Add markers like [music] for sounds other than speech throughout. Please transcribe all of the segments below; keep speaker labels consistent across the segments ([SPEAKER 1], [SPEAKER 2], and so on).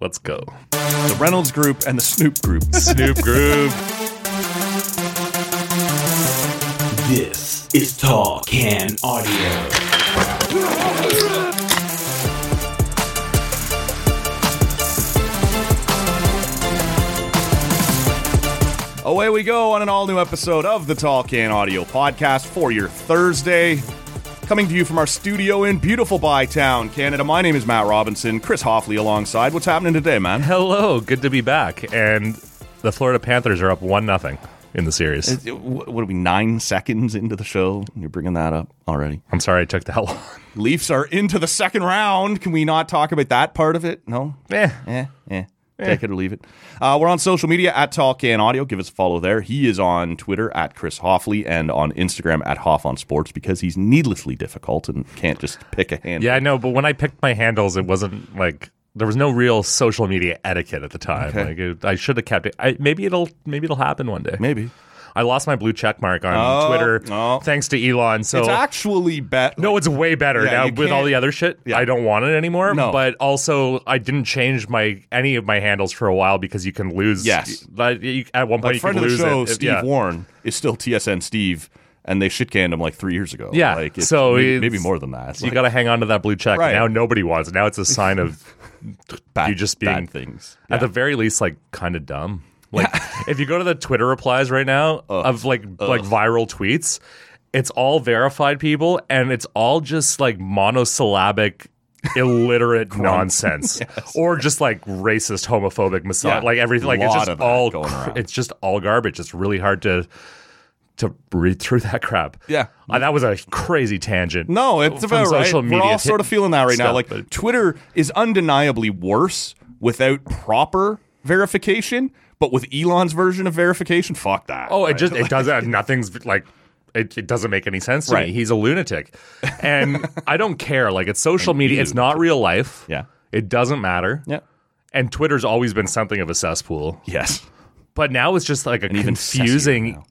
[SPEAKER 1] Let's go.
[SPEAKER 2] The Reynolds Group and the [laughs] Snoop Group.
[SPEAKER 1] Snoop Group.
[SPEAKER 3] This is Tall Can Audio.
[SPEAKER 2] Away we go on an all new episode of the Tall Can Audio Podcast for your Thursday. Coming to you from our studio in beautiful Bytown, Canada. My name is Matt Robinson, Chris Hoffley alongside. What's happening today, man?
[SPEAKER 1] Hello. Good to be back. And the Florida Panthers are up 1 nothing in the series.
[SPEAKER 2] Is- What what are we, nine seconds into the show? You're bringing that up already.
[SPEAKER 1] I'm sorry I took that long.
[SPEAKER 2] Leafs are into the second round. Can we not talk about that part of it? No?
[SPEAKER 1] [laughs] Eh.
[SPEAKER 2] Eh, eh. Take it or leave it. Uh, we're on social media at Talk and Audio. Give us a follow there. He is on Twitter at Chris Hoffley and on Instagram at Hoff on Sports because he's needlessly difficult and can't just pick a hand.
[SPEAKER 1] Yeah, I know, but when I picked my handles, it wasn't like there was no real social media etiquette at the time.
[SPEAKER 2] Okay.
[SPEAKER 1] Like it, I should have kept it. I, maybe it'll maybe it'll happen one day.
[SPEAKER 2] Maybe.
[SPEAKER 1] I lost my blue check mark on Twitter
[SPEAKER 2] no.
[SPEAKER 1] thanks to Elon. So
[SPEAKER 2] Oh, It's actually bet.
[SPEAKER 1] No, it's way better
[SPEAKER 2] Yeah,
[SPEAKER 1] now
[SPEAKER 2] you
[SPEAKER 1] with all
[SPEAKER 2] can't-
[SPEAKER 1] the other shit.
[SPEAKER 2] Yeah.
[SPEAKER 1] I don't want it anymore.
[SPEAKER 2] No.
[SPEAKER 1] But also, I didn't change my any of my handles for a while because you can lose.
[SPEAKER 2] Yes.
[SPEAKER 1] Like, you- at one point
[SPEAKER 2] Like
[SPEAKER 1] you
[SPEAKER 2] friend
[SPEAKER 1] can
[SPEAKER 2] of the
[SPEAKER 1] lose
[SPEAKER 2] show,
[SPEAKER 1] it. It-
[SPEAKER 2] Steve
[SPEAKER 1] yeah.
[SPEAKER 2] Warren, is still TSN Steve, and they shit canned him like three years ago.
[SPEAKER 1] Yeah,
[SPEAKER 2] Like,
[SPEAKER 1] so
[SPEAKER 2] maybe,
[SPEAKER 1] it's-
[SPEAKER 2] maybe more than that. It's
[SPEAKER 1] You
[SPEAKER 2] like
[SPEAKER 1] got to hang on to that blue check.
[SPEAKER 2] Right.
[SPEAKER 1] Now nobody wants. it. Now it's a sign
[SPEAKER 2] [laughs]
[SPEAKER 1] of
[SPEAKER 2] bad,
[SPEAKER 1] you just being
[SPEAKER 2] bad things.
[SPEAKER 1] at the very least like kind of dumb. Like if you go to the Twitter replies right
[SPEAKER 2] [laughs]
[SPEAKER 1] now of like like viral tweets, it's all verified people and it's all just like monosyllabic
[SPEAKER 2] [laughs]
[SPEAKER 1] illiterate nonsense or just like racist homophobic misogyny
[SPEAKER 2] Yeah,
[SPEAKER 1] like everything like it's
[SPEAKER 2] lot
[SPEAKER 1] just
[SPEAKER 2] of that
[SPEAKER 1] all
[SPEAKER 2] going around.
[SPEAKER 1] it's just all garbage it's really hard to to read through that crap
[SPEAKER 2] Yeah.
[SPEAKER 1] Uh, that was a crazy tangent
[SPEAKER 2] No, it's
[SPEAKER 1] from
[SPEAKER 2] about
[SPEAKER 1] social
[SPEAKER 2] right.
[SPEAKER 1] media
[SPEAKER 2] We're all
[SPEAKER 1] to-
[SPEAKER 2] sort of feeling that right now.
[SPEAKER 1] stuff,
[SPEAKER 2] Like
[SPEAKER 1] but-
[SPEAKER 2] Twitter is undeniably worse without proper verification, but with Elon's version of verification, fuck that.
[SPEAKER 1] Oh, it just
[SPEAKER 2] [laughs]
[SPEAKER 1] it doesn't. Nothing's like it, it doesn't make any sense to
[SPEAKER 2] Right.
[SPEAKER 1] me. He's a lunatic, and
[SPEAKER 2] [laughs]
[SPEAKER 1] I don't care. Like it's social media. It's not real life.
[SPEAKER 2] Yeah.
[SPEAKER 1] it doesn't matter.
[SPEAKER 2] yeah.
[SPEAKER 1] And Twitter's always been something of a cesspool,
[SPEAKER 2] [laughs] Yes.
[SPEAKER 1] but now it's just like a
[SPEAKER 2] Even
[SPEAKER 1] confusing,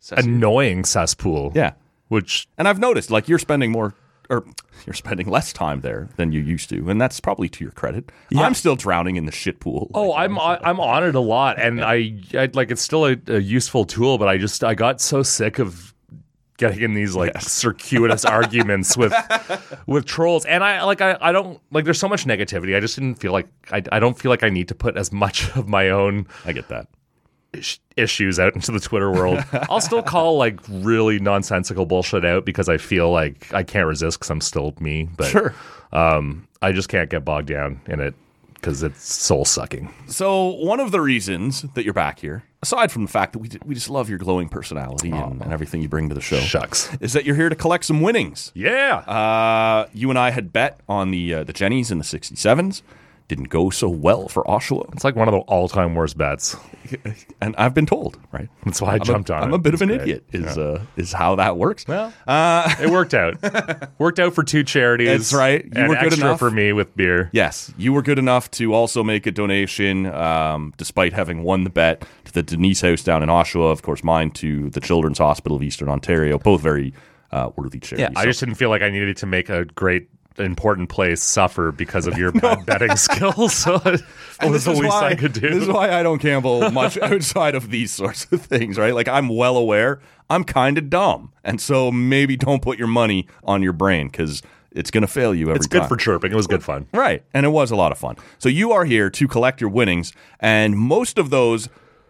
[SPEAKER 2] sessier now.
[SPEAKER 1] annoying cesspool.
[SPEAKER 2] Yeah.
[SPEAKER 1] which
[SPEAKER 2] And I've noticed like you're spending more or you're spending less time there than you used to, and that's probably to your credit. I'm still drowning in the shit pool.
[SPEAKER 1] Oh, I'm on- I'm on it a lot, and I, I like it's still a, a useful tool, but I just I got so sick of getting in these like circuitous arguments with with trolls, and I like I, I don't like there's so much negativity. I just didn't feel like I I don't feel like I need to put as much [laughs] of my own
[SPEAKER 2] I get that.
[SPEAKER 1] ish- issues out into the Twitter world. I'll still call like really nonsensical bullshit out because I feel like I can't resist because I'm still me. But
[SPEAKER 2] Sure.
[SPEAKER 1] um, I just can't get bogged down in it because it's soul sucking.
[SPEAKER 2] So one of the reasons that you're back here, aside from the fact that we, we just love your glowing personality and, and everything you bring to the show,
[SPEAKER 1] Shucks.
[SPEAKER 2] is that you're here to collect some winnings.
[SPEAKER 1] Yeah.
[SPEAKER 2] Uh, you and I had bet on the uh, the Jennies and the 67s. Didn't go so well for Oshawa,
[SPEAKER 1] It's like one of the all-time worst bets.
[SPEAKER 2] and I've been told right.
[SPEAKER 1] That's why I
[SPEAKER 2] I'm a-
[SPEAKER 1] jumped on
[SPEAKER 2] I'm
[SPEAKER 1] it.
[SPEAKER 2] a bit
[SPEAKER 1] It's
[SPEAKER 2] of an
[SPEAKER 1] great.
[SPEAKER 2] idiot. Is uh, is how that works.
[SPEAKER 1] Well, it worked out.
[SPEAKER 2] [laughs]
[SPEAKER 1] worked out for two charities.
[SPEAKER 2] That's right. You
[SPEAKER 1] and
[SPEAKER 2] were good
[SPEAKER 1] extra
[SPEAKER 2] enough.
[SPEAKER 1] for me with beer.
[SPEAKER 2] Yes, you were good enough to also make a donation, um, despite having won the bet to the Denise House down in Oshawa. Of course, mine to the Children's Hospital of Eastern Ontario. Both very uh, worthy charities.
[SPEAKER 1] I
[SPEAKER 2] So-
[SPEAKER 1] just didn't feel like I needed to make a great important place suffer because
[SPEAKER 2] [laughs]
[SPEAKER 1] of your bad betting skills. [laughs] So it was the least I could do.
[SPEAKER 2] This is why I don't gamble much [laughs] outside of these sorts of things, right? Like I'm well aware I'm kind of dumb, and so maybe don't put your money on your brain because it's going to fail you every
[SPEAKER 1] it's
[SPEAKER 2] time.
[SPEAKER 1] good for chirping. It was good fun.
[SPEAKER 2] right, and it was a lot of fun. So you are here to collect your winnings, and most of those.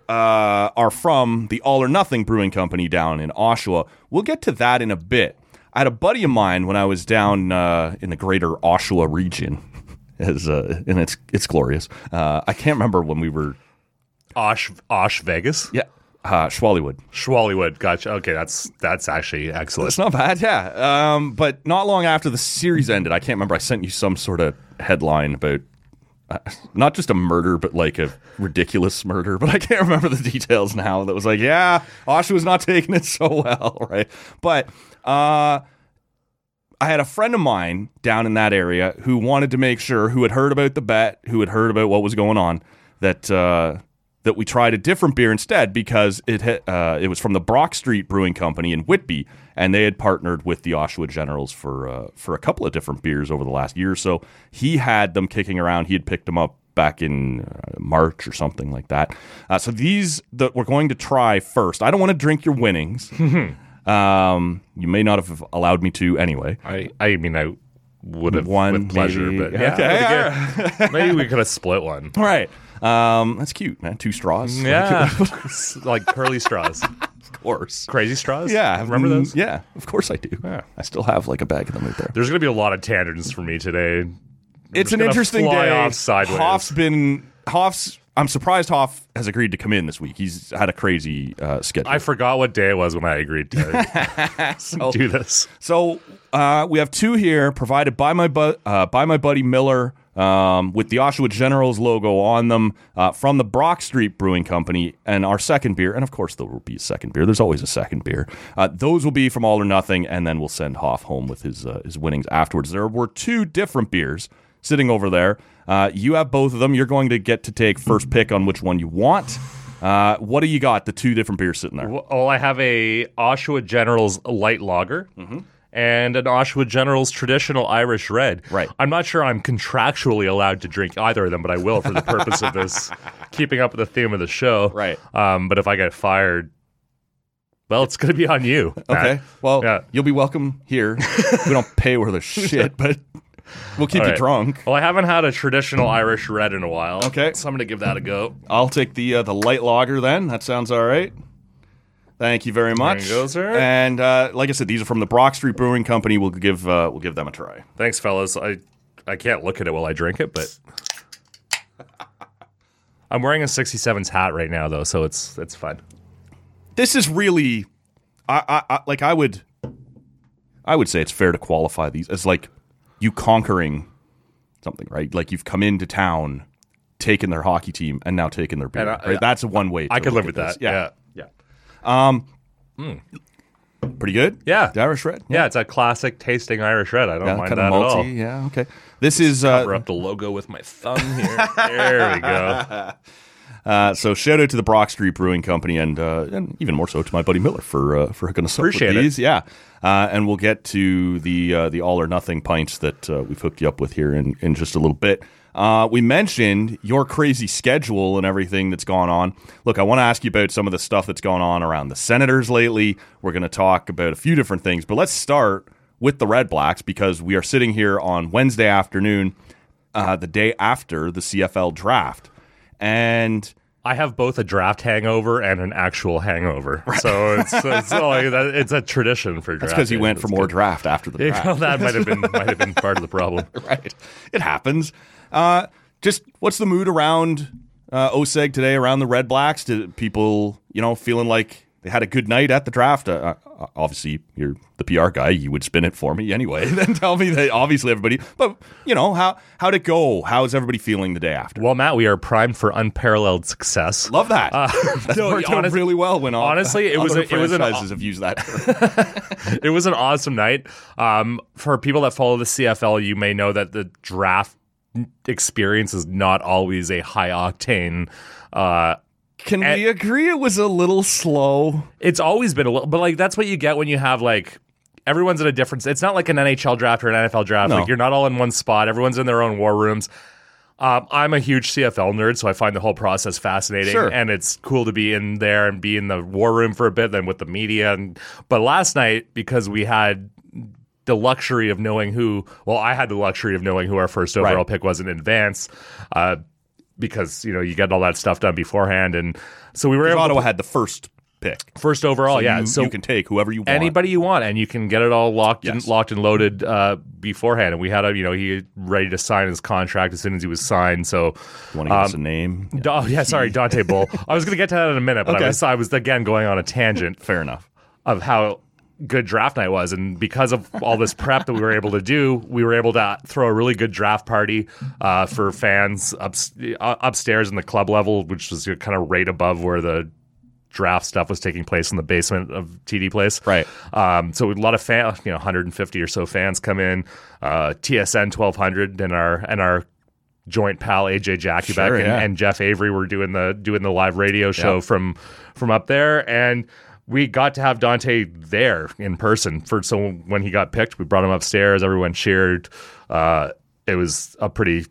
[SPEAKER 2] Uh, are from the All or Nothing Brewing Company down in Oshawa. We'll get to that in a bit. I had a buddy of mine when I was down uh, in the greater Oshawa region, [laughs] as, uh, and it's it's glorious. Uh, I can't remember when we were
[SPEAKER 1] Osh, Osh Vegas,
[SPEAKER 2] yeah. Uh, Schwallywood.
[SPEAKER 1] Schwallywood. Gotcha. Okay, that's that's actually excellent.
[SPEAKER 2] It's not bad, yeah. Um, but not long after the series ended, I can't remember. I sent you some sort of headline about uh, not just a murder, but like a ridiculous murder. But I can't remember the details now. That was like, yeah, Oshawa's not taking it so well, [laughs] right? But uh, I had a friend of mine down in that area who wanted to make sure, who had heard about the bet, who had heard about what was going on, that uh, that we tried a different beer instead because it had, uh, it was from the Brock Street Brewing Company in Whitby, and they had partnered with the Oshawa Generals for uh, for a couple of different beers over the last year or so. He had them kicking around. He had picked them up back in uh, March or something like that. Uh, so these that we're going to try first. I don't want to drink your winnings. um, you may not have allowed me to anyway.
[SPEAKER 1] I, I mean, I would have
[SPEAKER 2] One,
[SPEAKER 1] with pleasure,
[SPEAKER 2] maybe.
[SPEAKER 1] but yeah,
[SPEAKER 2] Okay,
[SPEAKER 1] that'd be good. maybe
[SPEAKER 2] [laughs]
[SPEAKER 1] we could have split one.
[SPEAKER 2] All right. Um, that's cute, man. Two straws. [laughs]
[SPEAKER 1] Yeah, [laughs] like curly straws,
[SPEAKER 2] Of course.
[SPEAKER 1] crazy straws.
[SPEAKER 2] Yeah.
[SPEAKER 1] remember
[SPEAKER 2] mm,
[SPEAKER 1] those?
[SPEAKER 2] Yeah. Of course I do. I still have like a bag of them right there.
[SPEAKER 1] There's gonna be a lot of tangents for me today.
[SPEAKER 2] It's
[SPEAKER 1] just
[SPEAKER 2] an
[SPEAKER 1] gonna
[SPEAKER 2] interesting
[SPEAKER 1] fly
[SPEAKER 2] day.
[SPEAKER 1] off sideways.
[SPEAKER 2] Hoff's been Hoff's. I'm surprised Hoff has agreed to come in this week. He's had a crazy uh, schedule.
[SPEAKER 1] I forgot what day it was when I agreed to
[SPEAKER 2] [laughs]
[SPEAKER 1] do this.
[SPEAKER 2] So uh, we have two here provided by my bu- uh, by my buddy Miller um, with the Oshawa Generals logo on them uh, from the Brock Street Brewing Company and our second beer and of course there will be a second beer. There's always a second beer. Uh, those will be from All or Nothing and then we'll send Hoff home with his uh, his winnings afterwards. There were two different beers sitting over there. Uh, you have both of them. You're going to get to take first pick on which one you want. Uh, what do you got? The two different beers sitting there.
[SPEAKER 1] Well, oh, I have a Oshawa Generals light lager
[SPEAKER 2] Mm-hmm.
[SPEAKER 1] and an Oshawa Generals traditional Irish red.
[SPEAKER 2] Right.
[SPEAKER 1] I'm not sure I'm contractually allowed to drink either of them, but I will for the purpose of this,
[SPEAKER 2] [laughs]
[SPEAKER 1] keeping up with the theme of the show.
[SPEAKER 2] Right.
[SPEAKER 1] Um, but if I get fired, well, it's going to be on you. Matt.
[SPEAKER 2] Okay. Well,
[SPEAKER 1] Yeah.
[SPEAKER 2] you'll be welcome here. we don't pay worth
[SPEAKER 1] [laughs]
[SPEAKER 2] a shit, but we'll keep
[SPEAKER 1] All
[SPEAKER 2] you
[SPEAKER 1] right.
[SPEAKER 2] drunk.
[SPEAKER 1] Well, I haven't had a traditional Irish red in a while.
[SPEAKER 2] Okay.
[SPEAKER 1] So I'm going to give that a go.
[SPEAKER 2] I'll take the uh, the light lager then. That sounds all right. Thank you very much.
[SPEAKER 1] you go, sir.
[SPEAKER 2] And uh, like I said, these are from the Brock Street Brewing Company. We'll give uh, we'll give them a try.
[SPEAKER 1] Thanks, fellas. I I can't look at it while I drink it,
[SPEAKER 2] [laughs]
[SPEAKER 1] but I'm wearing a 67's hat right now, though, so it's it's fine.
[SPEAKER 2] This is really, I, I, I like I would, I would say it's fair to qualify these as like you conquering something, right? Like you've come into town, taken their hockey team, and now taken their beer.
[SPEAKER 1] And I-
[SPEAKER 2] right? That's one way. To
[SPEAKER 1] I could
[SPEAKER 2] look
[SPEAKER 1] live with
[SPEAKER 2] at this.
[SPEAKER 1] that. Yeah. yeah,
[SPEAKER 2] Pretty good?
[SPEAKER 1] Yeah.
[SPEAKER 2] The Irish Red?
[SPEAKER 1] Yeah, It's a classic tasting Irish red. I don't mind that
[SPEAKER 2] kinda
[SPEAKER 1] at all.
[SPEAKER 2] malty. Yeah, okay. This is uh,
[SPEAKER 1] Cover up the logo with my thumb here. [laughs] there we go.
[SPEAKER 2] uh, so shout out to the Brock Street Brewing Company and uh, and even more so to my buddy Miller for uh, for hooking us up
[SPEAKER 1] Appreciate
[SPEAKER 2] with
[SPEAKER 1] it.
[SPEAKER 2] these. Yeah, uh, and we'll get to the uh, the all or nothing pints that uh, we've hooked you up with here in in just a little bit. Uh, we mentioned your crazy schedule and everything that's gone on. Look, I want to ask you about some of the stuff that's gone on around the Senators lately. We're going to talk about a few different things, but let's start with the Red Blacks because we are sitting here on Wednesday afternoon, uh, the day after the CFL draft. And
[SPEAKER 1] I have both a draft hangover and an actual hangover, so it's it's, like that- it's a tradition for draft.
[SPEAKER 2] That's because he went for more draft after the
[SPEAKER 1] [laughs]
[SPEAKER 2] draft. [laughs]
[SPEAKER 1] Well, that might have been might have been part of the problem.
[SPEAKER 2] right. It happens. Uh, just what's the mood around uh, OSEG today, around the Red Blacks? Do people, you know, feeling like they had a good night at the draft? Uh, uh, obviously, you're the PR guy. You would spin it for me anyway. [laughs] then tell me that obviously everybody, but, you know, how, how'd it go? How's everybody feeling the day after?
[SPEAKER 1] Well, Matt, we are primed for unparalleled success.
[SPEAKER 2] Love that. [laughs] That's
[SPEAKER 1] Uh, no,
[SPEAKER 2] worked out
[SPEAKER 1] honest-
[SPEAKER 2] really well when all,
[SPEAKER 1] honestly,
[SPEAKER 2] [laughs]
[SPEAKER 1] it was
[SPEAKER 2] other
[SPEAKER 1] a- it was an-
[SPEAKER 2] franchises have used that.
[SPEAKER 1] [laughs] it was an awesome night. Um, for people that follow the CFL, you may know that the draft experience is not always a high octane. Uh,
[SPEAKER 2] Can we agree it was a little slow?
[SPEAKER 1] it's always been a little, but like that's what you get when you have like everyone's at a different. It's not like an NHL draft or an NFL draft.
[SPEAKER 2] No.
[SPEAKER 1] Like you're not all in one spot. Everyone's in their own war rooms. Um, I'm a huge CFL nerd, so I find the whole process fascinating,
[SPEAKER 2] Sure.
[SPEAKER 1] and it's cool to be in there and be in the war room for a bit, then with the media. And but last night because we had the luxury of knowing who, well, I had the luxury of knowing who our first overall
[SPEAKER 2] Right.
[SPEAKER 1] pick was in advance. Uh, because you know you get all that stuff done beforehand, and so we were able to
[SPEAKER 2] Ottawa had the first pick.
[SPEAKER 1] First overall, Oh, yeah.
[SPEAKER 2] you,
[SPEAKER 1] so
[SPEAKER 2] you can take whoever you want.
[SPEAKER 1] anybody you want, and you can get it all locked and
[SPEAKER 2] Yes.
[SPEAKER 1] locked and loaded uh, beforehand. And we had a, you know, he ready to sign his contract as soon as he was signed. So,
[SPEAKER 2] want to give us a name? Yeah.
[SPEAKER 1] Da- oh, yeah, sorry, Dante Bull. I was going to get to that in a minute, but
[SPEAKER 2] Okay.
[SPEAKER 1] I was I was again going on a tangent
[SPEAKER 2] Fair enough.
[SPEAKER 1] of how good draft night was and because of all this prep that we were able to do we were able to throw a really good draft party uh, for fans up, uh, upstairs in the club level which was kind of right above where the draft stuff was taking place in the basement of td place
[SPEAKER 2] Right.
[SPEAKER 1] um, so a lot of fan you know 150 or so fans come in uh, tsn 1200 and our and our joint pal aj jackie
[SPEAKER 2] Sure,
[SPEAKER 1] and,
[SPEAKER 2] yeah.
[SPEAKER 1] and Jeff Avery were doing the doing the live radio show from from up there, and we got to have Dante there in person for so when he got picked, we brought him upstairs. Everyone cheered. Uh, it was a pretty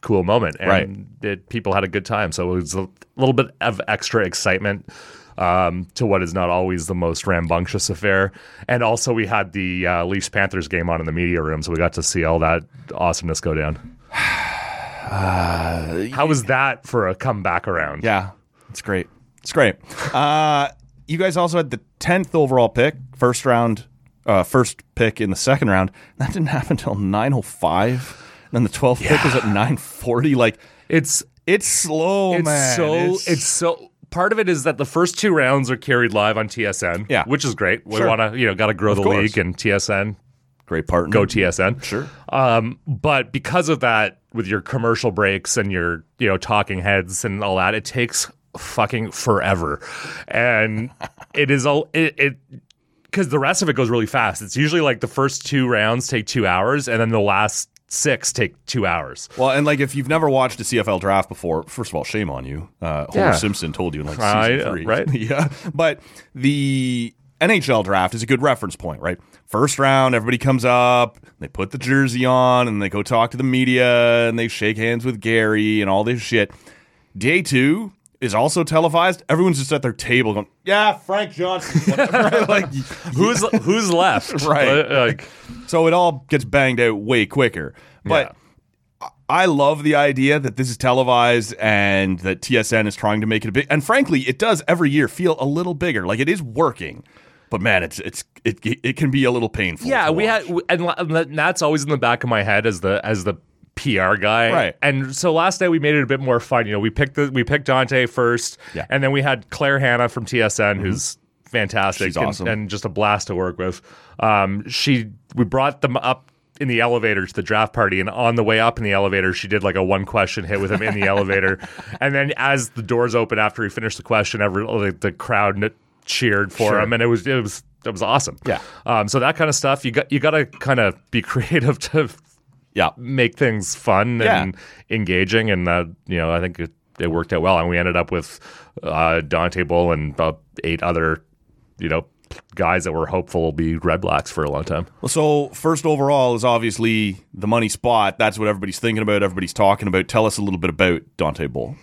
[SPEAKER 1] cool moment, and
[SPEAKER 2] Right.
[SPEAKER 1] it, people had a good time. So it was a little bit of extra excitement um, to what is not always the most rambunctious affair. And also, we had the uh, Leafs Panthers game on in the media room, so we got to see all that awesomeness go down. How was that for a comeback around?
[SPEAKER 2] Yeah, it's great. It's great. [laughs] Uh, you guys also had the tenth overall pick, first round, uh, first pick in the second round. That didn't happen until nine oh five. Then the twelfth pick was at nine forty. Like
[SPEAKER 1] It's
[SPEAKER 2] it's slow,
[SPEAKER 1] it's
[SPEAKER 2] man.
[SPEAKER 1] so it's, so part of it is that the first two rounds are carried live on TSN,
[SPEAKER 2] Yeah.
[SPEAKER 1] which is great. We
[SPEAKER 2] Sure.
[SPEAKER 1] want to you know got to grow the
[SPEAKER 2] course.
[SPEAKER 1] league and TSN
[SPEAKER 2] great partner.
[SPEAKER 1] go TSN.
[SPEAKER 2] Sure.
[SPEAKER 1] Um, but because of that, with your commercial breaks and your you know talking heads and all that, it takes fucking forever, and [laughs] it is all it. it because the rest of it goes really fast. It's usually like the first two rounds take two hours, and then the last six take two hours. [laughs]
[SPEAKER 2] Well, and like if you've never watched a CFL draft before, first of all, shame on you. Uh, Homer
[SPEAKER 1] Yeah.
[SPEAKER 2] Simpson told you in like
[SPEAKER 1] I
[SPEAKER 2] season
[SPEAKER 1] know,
[SPEAKER 2] three,
[SPEAKER 1] right?
[SPEAKER 2] [laughs] yeah, but the NHL draft is a good reference point, right? First round, everybody comes up, they put the jersey on, and they go talk to the media, and they shake hands with Gary and all this shit. Day two is also televised. Everyone's just at their table going, "Yeah, Frank Johnson." whatever. like,
[SPEAKER 1] Who's who's left?
[SPEAKER 2] [laughs] Right.
[SPEAKER 1] Like,
[SPEAKER 2] so it all gets banged out way quicker. But I I love the idea that this is televised and that TSN is trying to make it a big. And frankly, it does every year feel a little bigger. Like it is working, but man, it's it's it it can be a little painful.
[SPEAKER 1] yeah
[SPEAKER 2] to
[SPEAKER 1] we
[SPEAKER 2] watch.
[SPEAKER 1] had w- and, la- and that- that's always in the back of my head as the as the PR guy
[SPEAKER 2] Right.
[SPEAKER 1] and so last night we made it a bit more fun you know we picked the we picked Dante first
[SPEAKER 2] Yeah. Mm-hmm.
[SPEAKER 1] and then we had Claire Hanna from TSN who's fantastic
[SPEAKER 2] She's
[SPEAKER 1] and,
[SPEAKER 2] awesome.
[SPEAKER 1] and just a blast to work with um she we brought them up in the elevator to the draft party and on the way up in the elevator she did like a one question hit with him in
[SPEAKER 2] [laughs]
[SPEAKER 1] the elevator and then as the doors open after he finished the question every like, the crowd n- cheered for
[SPEAKER 2] Sure.
[SPEAKER 1] him and it was it was it was awesome
[SPEAKER 2] Yeah.
[SPEAKER 1] um, so that kind of stuff, you got you got to kind of be [laughs] creative to
[SPEAKER 2] yeah.
[SPEAKER 1] make things fun
[SPEAKER 2] Yeah.
[SPEAKER 1] and engaging, and uh, you know I think it, it worked out well, and we ended up with uh, Dante Bull and about eight other, you know, guys that were hopeful will be Red Blacks for a long time.
[SPEAKER 2] Well, so first overall is obviously the money spot. That's what everybody's thinking about. Everybody's talking about. Tell us a little bit about Dante Bull.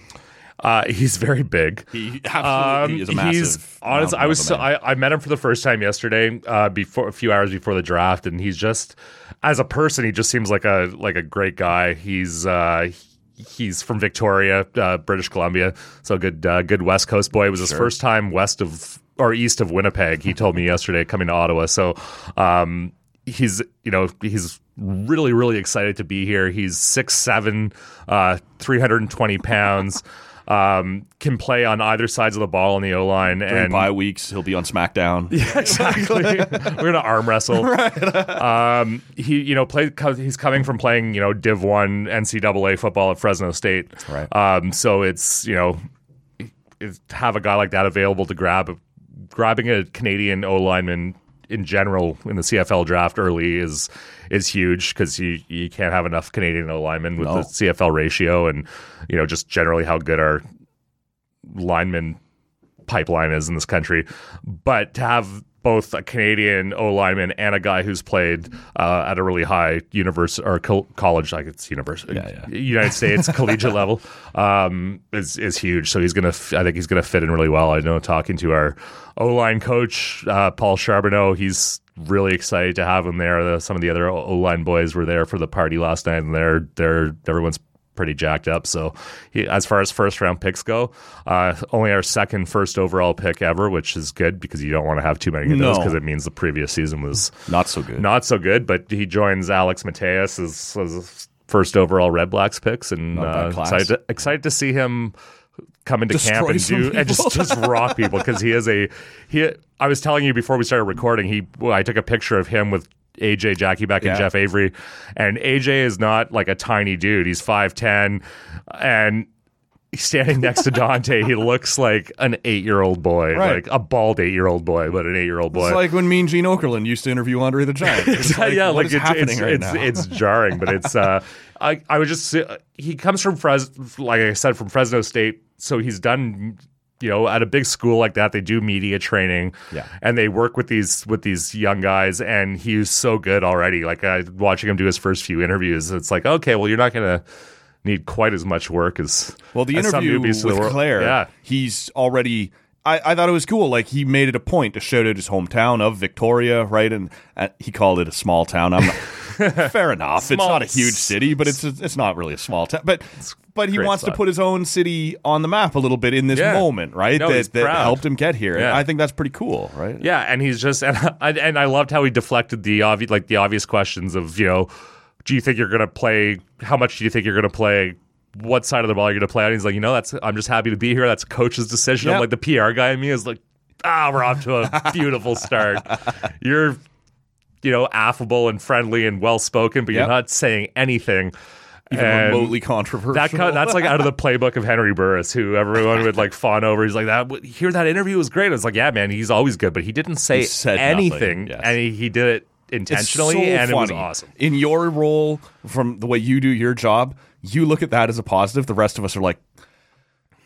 [SPEAKER 1] Uh, he's very big. Um,
[SPEAKER 2] He absolutely is a massive.
[SPEAKER 1] He's honestly, I was so, I, I met him for the first time yesterday, uh, before a few hours before the draft, and he's just as a person, he just seems like a like a great guy. He's uh, he's from Victoria, uh, British Columbia, so good uh, good West Coast boy. It was his first time west of or east of Winnipeg. He told me [laughs] yesterday coming to Ottawa. So um, he's you know he's really really excited to be here. He's six seven, uh, three hundred and twenty pounds. [laughs] Um, can play on either sides of the ball on the O line
[SPEAKER 2] During
[SPEAKER 1] and
[SPEAKER 2] bye weeks, he'll be on SmackDown.
[SPEAKER 1] exactly.
[SPEAKER 2] [laughs]
[SPEAKER 1] We're gonna arm wrestle. um, he, you know, played. co- He's coming from playing, you know, Div One NCAA football at Fresno State.
[SPEAKER 2] Right.
[SPEAKER 1] Um, so it's you know, is- have a guy like that available to grab. Grabbing a Canadian O lineman in general in the CFL draft early is is huge because you you can't have enough Canadian O linemen with
[SPEAKER 2] No.
[SPEAKER 1] the CFL ratio and you know just generally how good our lineman pipeline is in this country. But to have both a Canadian O lineman and a guy who's played uh, at a really high university or col- college, like it's university,
[SPEAKER 2] Yeah,
[SPEAKER 1] United States collegiate level, um, is is huge. So he's gonna, f- I think he's gonna fit in really well. I know talking to our O line coach uh, Paul Charbonneau, he's really excited to have him there. The, some of the other O line boys were there for the party last night, and they're they're everyone's pretty jacked up. So, he, as far as first round picks go, uh, only our second first overall pick ever, which is good because you don't want to have too many of those
[SPEAKER 2] No.
[SPEAKER 1] because it means the previous season was
[SPEAKER 2] Not so good.
[SPEAKER 1] not so good. But he joins Alex Mateus as, as first overal Red Blacks picks, and
[SPEAKER 2] Not a bad
[SPEAKER 1] uh,
[SPEAKER 2] class.
[SPEAKER 1] excited to, excited to see him come into camp
[SPEAKER 2] Destroy
[SPEAKER 1] and
[SPEAKER 2] some
[SPEAKER 1] do and
[SPEAKER 2] people.
[SPEAKER 1] just just rock people because he is a he. I was telling you before we started recording, he well, I took a picture of him with. AJ Jackie back
[SPEAKER 2] Yeah.
[SPEAKER 1] and Jeff Avery, and AJ is not like a tiny dude. He's five ten, and standing next
[SPEAKER 2] [laughs]
[SPEAKER 1] to Dante, he looks like an eight year old boy,
[SPEAKER 2] Right.
[SPEAKER 1] like a bald eight year old boy, but an eight year old boy.
[SPEAKER 2] It's like when Mean Gene Okerlund used to interview Andre
[SPEAKER 1] [laughs]
[SPEAKER 2] the Giant. It's like,
[SPEAKER 1] yeah,
[SPEAKER 2] what
[SPEAKER 1] like
[SPEAKER 2] is
[SPEAKER 1] it's,
[SPEAKER 2] happening
[SPEAKER 1] it's,
[SPEAKER 2] right
[SPEAKER 1] it's,
[SPEAKER 2] now?
[SPEAKER 1] it's jarring, but it's uh,
[SPEAKER 2] [laughs]
[SPEAKER 1] I I would just say- he comes from Fres, like I said, from Fresno State, so he's done. You know, at a big school like that, they do media training,
[SPEAKER 2] Yeah.
[SPEAKER 1] and they work with these with these young guys, and he's so good already. Like I watching him do his first few interviews, it's like, okay, well, you're not gonna need quite as much work as
[SPEAKER 2] Well, the
[SPEAKER 1] as some
[SPEAKER 2] interview
[SPEAKER 1] newbies to
[SPEAKER 2] with
[SPEAKER 1] the world.
[SPEAKER 2] Claire,
[SPEAKER 1] Yeah,
[SPEAKER 2] he's already. I, I thought it was cool. Like he made it a point to shout out his hometown of Victoria, right? And uh, he called it a small town.
[SPEAKER 1] [laughs]
[SPEAKER 2] I'm not- fair enough.
[SPEAKER 1] Small-
[SPEAKER 2] it's not a huge city, but it's it's not really a small town. But but he
[SPEAKER 1] great
[SPEAKER 2] wants
[SPEAKER 1] spot.
[SPEAKER 2] to put his own city on the map a little bit in this
[SPEAKER 1] Yeah.
[SPEAKER 2] moment, right?
[SPEAKER 1] No, he's
[SPEAKER 2] that that
[SPEAKER 1] proud.
[SPEAKER 2] helped him get here. And
[SPEAKER 1] Yeah.
[SPEAKER 2] I think that's pretty cool, right?
[SPEAKER 1] yeah, and he's just [laughs] and I, and I loved how he deflected the obvious like the obvious questions of you know, do you think you're gonna play? How much do you think you're gonna play? What side of the ball you're gonna play on? He's like, you know, that's I'm just happy to be here. That's a coach's decision. I'm
[SPEAKER 2] Yep.
[SPEAKER 1] like the PR guy in me is like, ah, we're off to a
[SPEAKER 2] [laughs]
[SPEAKER 1] beautiful start. You're you know, affable and friendly and well spoken, but
[SPEAKER 2] Yep.
[SPEAKER 1] you're not saying anything.
[SPEAKER 2] Even
[SPEAKER 1] And
[SPEAKER 2] remotely controversial.
[SPEAKER 1] That kind that's like out
[SPEAKER 2] [laughs]
[SPEAKER 1] of the playbook of Henry Burris, who everyone would like fawn over. He's like that. w- Hear that interview was great. I was like, yeah, man, he's always good, but he didn't say
[SPEAKER 2] said nothing,
[SPEAKER 1] anything,
[SPEAKER 2] yes.
[SPEAKER 1] and he, he did it intentionally,
[SPEAKER 2] It's so
[SPEAKER 1] and it was
[SPEAKER 2] funny.
[SPEAKER 1] awesome.
[SPEAKER 2] In your role, from the way you do your job, you look at that as a positive. The rest of us are like,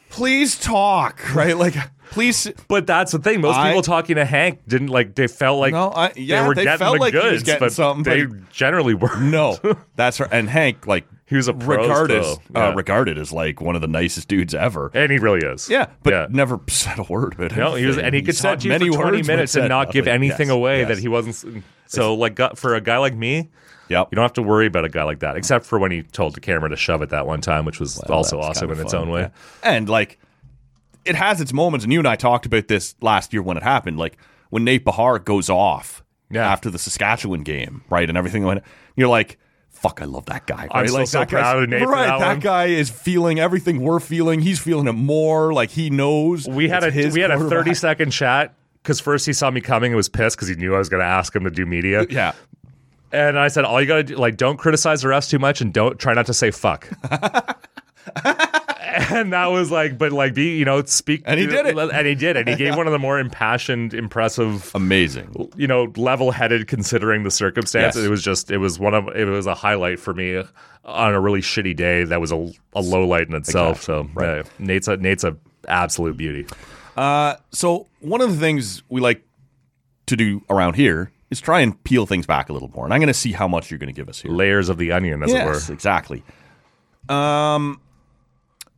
[SPEAKER 2] please talk, [laughs] right? Like, please.
[SPEAKER 1] But that's the thing. Most
[SPEAKER 2] I-
[SPEAKER 1] people talking to Hank didn't like. They felt like
[SPEAKER 2] No, I- yeah,
[SPEAKER 1] they were
[SPEAKER 2] they
[SPEAKER 1] getting
[SPEAKER 2] felt
[SPEAKER 1] the
[SPEAKER 2] like he was
[SPEAKER 1] goods,
[SPEAKER 2] getting
[SPEAKER 1] but
[SPEAKER 2] something,
[SPEAKER 1] they
[SPEAKER 2] but-
[SPEAKER 1] generally were.
[SPEAKER 2] No, that's her. And Hank, like,
[SPEAKER 1] [laughs] He was a pros
[SPEAKER 2] regarded,
[SPEAKER 1] pro,
[SPEAKER 2] uh,
[SPEAKER 1] yeah.
[SPEAKER 2] regarded as like one of the nicest dudes ever.
[SPEAKER 1] and he really is.
[SPEAKER 2] Yeah, but
[SPEAKER 1] yeah.
[SPEAKER 2] never [laughs] said a word. About
[SPEAKER 1] No, he was,
[SPEAKER 2] anything.
[SPEAKER 1] and he could
[SPEAKER 2] said
[SPEAKER 1] sit many for twenty
[SPEAKER 2] words, but
[SPEAKER 1] minutes and
[SPEAKER 2] said
[SPEAKER 1] not give
[SPEAKER 2] nothing.
[SPEAKER 1] anything
[SPEAKER 2] Yes,
[SPEAKER 1] away
[SPEAKER 2] yes.
[SPEAKER 1] that he wasn't. s- So, like, gu- for a guy like me,
[SPEAKER 2] Yep.
[SPEAKER 1] you don't have to worry about a guy like that, except for when he told the camera to shove it that one time, which was also
[SPEAKER 2] that's
[SPEAKER 1] awesome in
[SPEAKER 2] kinda
[SPEAKER 1] its
[SPEAKER 2] fun,
[SPEAKER 1] own way.
[SPEAKER 2] yeah. And like, it has its moments. And you and I talked about this last year when it happened. Like when Nate Bahar goes off
[SPEAKER 1] Yeah.
[SPEAKER 2] after the Saskatchewan game, right, and everything went. You're like. Fuck! I love that guy. Right?
[SPEAKER 1] still
[SPEAKER 2] like,
[SPEAKER 1] so
[SPEAKER 2] that guy's-
[SPEAKER 1] proud of Nate for
[SPEAKER 2] Right,
[SPEAKER 1] that one.
[SPEAKER 2] guy is feeling everything we're feeling. He's feeling it more. Like he knows.
[SPEAKER 1] We had
[SPEAKER 2] it's
[SPEAKER 1] a
[SPEAKER 2] his
[SPEAKER 1] we had a
[SPEAKER 2] quarterback.
[SPEAKER 1] thirty second chat because first he saw me coming and was pissed because he knew I was going to ask him to do media.
[SPEAKER 2] [laughs] [laughs] Yeah,
[SPEAKER 1] And I said, all you gotta do, like, don't criticize the refs too much, and don't try not to say
[SPEAKER 2] [laughs]
[SPEAKER 1] fuck. and that was like, but like, be you know, speak.
[SPEAKER 2] And he did
[SPEAKER 1] [laughs]
[SPEAKER 2] it.
[SPEAKER 1] and he did, and he gave one of the more impassioned, impressive,
[SPEAKER 2] amazing.
[SPEAKER 1] you know, level-headed considering the circumstances.
[SPEAKER 2] Yes.
[SPEAKER 1] It was just, it was one of, it was a highlight for me on a really shitty day. That was a, a low light in itself. So right. Nate's a Nate's a absolute beauty.
[SPEAKER 2] So one of the things we like to do around here is try and peel things back a little more. And I'm going to see how much you're going to give us here.
[SPEAKER 1] Layers of the onion, as
[SPEAKER 2] Yes,
[SPEAKER 1] it were.
[SPEAKER 2] exactly. Um,